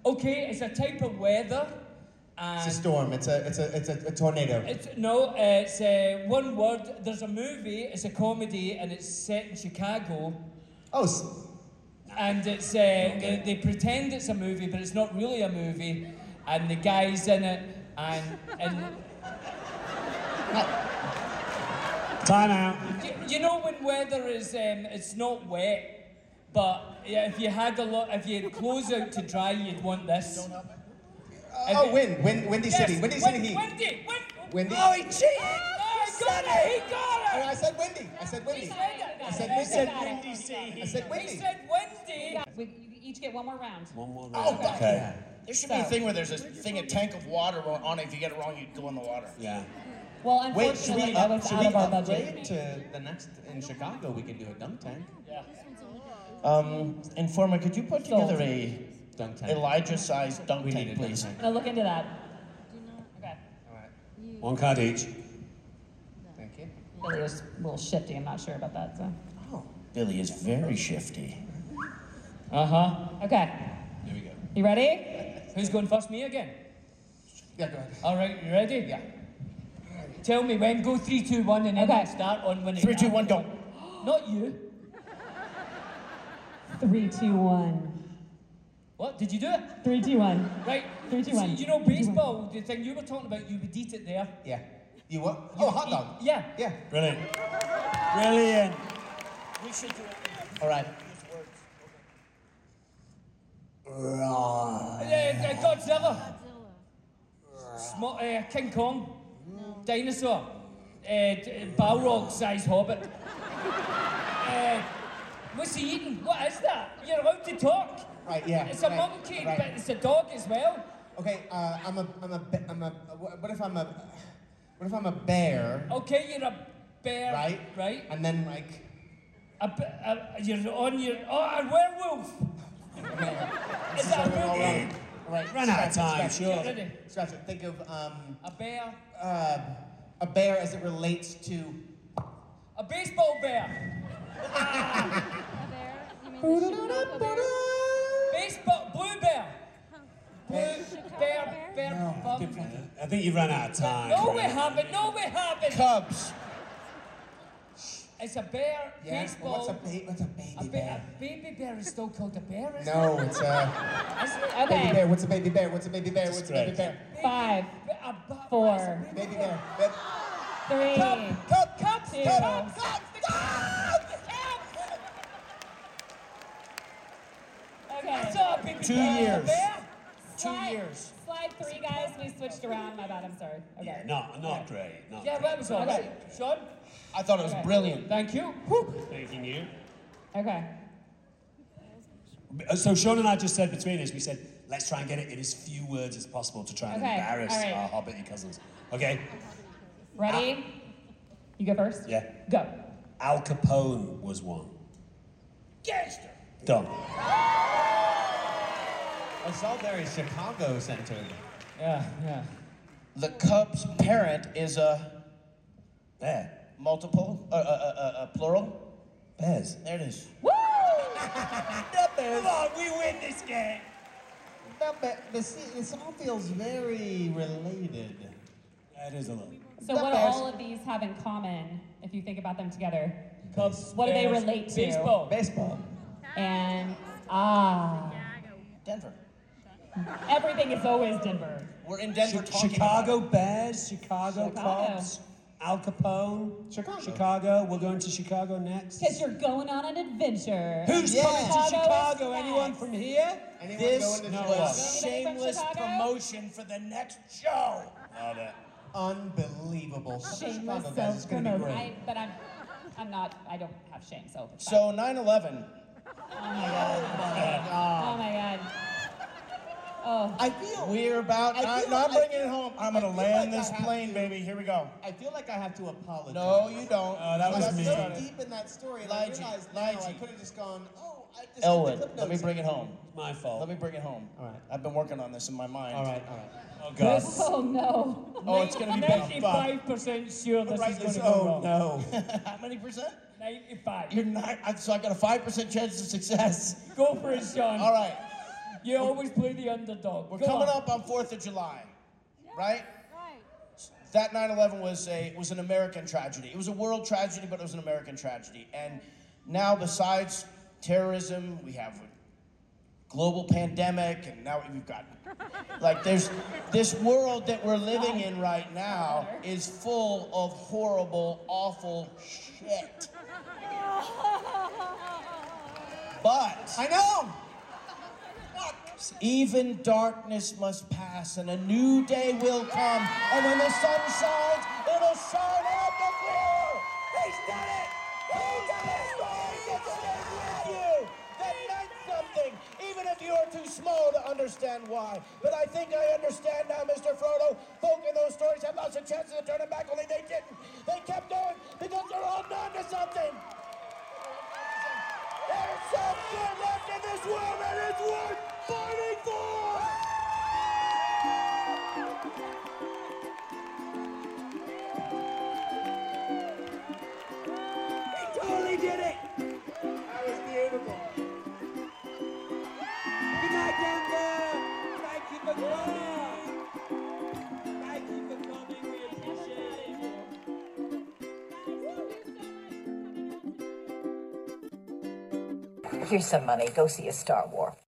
E: Okay, it's a type of weather.
N: It's a
E: And
N: storm. It's a it's a it's a, a tornado.
E: it's, no, uh, it's uh, one word. There's a movie. It's a comedy, and it's set in Chicago.
N: oh, s-
E: And it's uh, they, they pretend it's a movie, but it's not really a movie. And the guy's in it, and and
F: Time out.
E: You, you know when weather is um, it's not wet, but yeah, if you had a lot, if you had clothes out to dry, you'd want this.
N: oh, wind, wind, windy
E: Yes,
N: city, windy
E: Win-
N: city heat.
E: Windy, win-
N: Windy.
E: Oh,
N: he cheated.
E: he got it! He
N: And
E: got
N: I
E: it!
N: said windy. I said
B: He
N: windy.
B: said it.
N: I said
B: He
N: windy.
B: said windy
N: I said
E: He
N: windy.
E: said windy.
B: We you each get one more round.
F: One more
C: Oh,
F: round.
C: fuck.
F: okay.
C: There should be a
B: So-
C: thing where there's a thing, a tank of water on it. If you get it wrong, you go in the water.
F: Yeah.
B: Well,
N: Wait, should
B: unfortunately,
N: we up,
B: that was
N: should
B: out
N: we
B: of our
N: upgrade
B: budget.
N: to the next in Chicago? We can do a dunk tank.
C: Um, Informer, could you put
B: Sold.
C: together a
N: Dunk tank.
C: Elijah-sized dunk
N: We need a
C: tank,
N: dunk
C: please?
N: tank.
B: I'm gonna look into that. Okay.
F: One card each.
N: Thank you.
B: Billy was a little shifty. I'm not sure about that. So.
C: Billy is very shifty.
E: Uh
F: Uh-huh.
E: huh.
B: Okay.
F: Here we go.
B: You ready?
E: Who's going first? Me again.
N: Yeah, go ahead.
E: All right, you ready? Yeah. Tell me when. Go three, two, one, and then
B: Okay.
E: I'll start on winning.
C: Three, two, one, go.
E: [GASPS] Not you.
B: Three, two, one.
E: What? Did you do it?
B: Three, two, one.
E: Right.
B: Three, two,
E: So
B: one.
E: You know
B: Three, two, one.
E: baseball. The thing you were talking about. You would eat it there.
N: Yeah. You what? Oh, hot dog.
E: Yeah.
N: Yeah.
F: Brilliant. Brilliant.
N: All right.
E: Uh, uh, Godzilla. Smo- uh, King Kong. Dinosaur. Uh, d- Balrog sized hobbit. [LAUGHS] uh, what's he eating? What is that? You're allowed to talk.
F: Right, yeah,
E: It's a
F: right,
E: monkey,
F: right.
E: but it's a dog as well.
F: Okay, uh, I'm a, I'm a, be- I'm a. wh- What if I'm a, what if I'm a bear,
E: Okay, you're a bear.
F: right?
E: Right.
F: And then like,
E: A, b- a- you're on your. Oh, a werewolf! Is that a
F: all
E: werewolf?
F: wrong. All right,
U: Run out of
F: scratch
U: time,
F: it,
U: sure.
F: Scratch it, scratch it. Think of um,
E: A bear?
F: uh, a bear as it relates to.
E: A baseball bear! Baseball. Blue bear! Blue bear, bear, bum.
U: I think you ran out of time.
E: No, we
U: Graham.
E: haven't. No, we haven't.
C: Cubs.
E: It's a bear.
F: Yeah.
E: Baseball.
F: What's a ba- what's a baby
E: a, ba-
F: bear?
E: a baby bear is still called a bear, isn't
F: No, it's a
E: it? Isn't it?
F: baby bear. What's a baby bear? What's a baby bear? What's a baby bear?
B: Five,
E: A, ba-
B: four,
F: Baby bear. Baby-
B: three,
F: Cub. Cub.
B: two,
F: Cub.
B: okay.
E: What's up, baby
C: Two
E: bear?
C: years.
E: Bear?
C: Two
B: Slide-
C: years.
B: Slide three, guys. We switched around. My bad. I'm sorry. Okay.
U: Yeah, not, not great. Not
E: Yeah,
U: great.
E: that was all right. Sean?
C: I thought it was
B: Okay.
C: brilliant.
E: Thank you.
U: Thanking you.
B: Okay.
U: Uh, So Sean and I just said between us, we said, let's try and get it in as few words as possible to try and
B: Okay,
U: embarrass
B: all right.
U: our hobbity cousins. Okay?
B: Ready? You go first?
U: Ah. Yeah.
B: Go.
U: Al Capone was one.
E: Gangster!
U: Done.
F: A Salisbury Chicago Center.
E: Yeah, yeah.
C: The Cubs' parent is a
U: Bear.
C: multiple, uh, uh, uh, uh, plural.
U: Bears.
C: There it is.
U: [LAUGHS]
B: Woo!
U: Come on, we win this game.
F: That ba- this, this all feels very related.
U: Yeah, it is a lot.
B: So
F: The
B: what do
F: best.
B: all of these have in common if you think about them together?
E: Cubs,
B: What do they
E: bears,
B: relate to?
E: Baseball.
F: Baseball.
B: And ah,
C: Denver.
B: everything is always Denver.
C: We're in Denver
U: Chi-
C: talking
U: Chicago Bears, Chicago,
B: Chicago.
U: Cubs, Al Capone,
F: Chicago.
U: Chicago. We're going to Chicago next.
B: Because you're going on an adventure.
U: Who's
F: Yeah.
U: coming to
B: Chicago is
U: Chicago?
B: next.
U: Anyone from here?
F: Anyone
C: This
F: going to
C: was
F: Chicago?
B: Anybody from
C: shameless
B: Chicago?
C: promotion for the next show.
U: Love it.
F: Unbelievable.
B: Shameless
F: Chicago, guys, it's
B: self
F: going to Oh, be
B: promotion.
F: great.
B: I, but I'm, I'm not. I don't have shame, so. it's
C: So 9/11.
B: fine. Oh my god. Oh my god. Oh.
F: I feel
C: We're about.
F: I
C: I
F: feel-
C: no, I'm
F: I
C: bringing it
F: feel-
C: home. I'm
F: I
C: gonna
F: feel
C: land
F: like I
C: this
F: have
C: plane,
F: to-
C: baby. Here we go.
F: I feel like I have to apologize.
C: No, you don't.
U: Oh, that
F: I
U: was
F: was
U: me.
F: so deep in that story, and I
C: Lychee.
F: realized now I
C: Lychee.
F: could have just gone, oh, I just
C: Elwood,
F: took the
C: let me
F: notes.
C: bring it home.
U: My fault.
C: Let me bring it home.
F: All right.
C: I've been working on this in my mind.
F: All right, all right.
U: oh God.
B: Oh no.
C: Oh, it's gonna be big. Fuck.
E: 95% sure this
C: Right,
E: is going
C: this-
E: to go
C: oh
E: wrong. [LAUGHS]
C: no. How many percent?
E: 95.
C: You're not. I- So I got a five percent chance of success.
E: Go for it, Sean.
C: All right.
E: You always play the underdog.
C: We're
E: Go
C: coming
E: on.
C: up on Fourth of July, right? That 9/11 was a was an American tragedy. It was a world tragedy, but it was an American tragedy. And now, besides terrorism, we have a global pandemic, and now we've got like there's this world that we're living in right now is full of horrible, awful shit. But
F: I know!
C: Even darkness must pass and a new day will come. And when the sun shines, it'll shine out the blue. He's done it! He's done it! He's done it with you! That meant something, even if you're too small to understand why. But I think I understand now, Mr. Frodo. Folk in those stories had lots of chances of turning back, only they didn't. They kept going because they're holding on to something. There's some good left in this world, and it's worth fighting for! He totally did it! That was beautiful. Good night, Denver! Thank you for coming! Thank you for coming, we appreciate it.
A: Here's some money. Go see a Star War.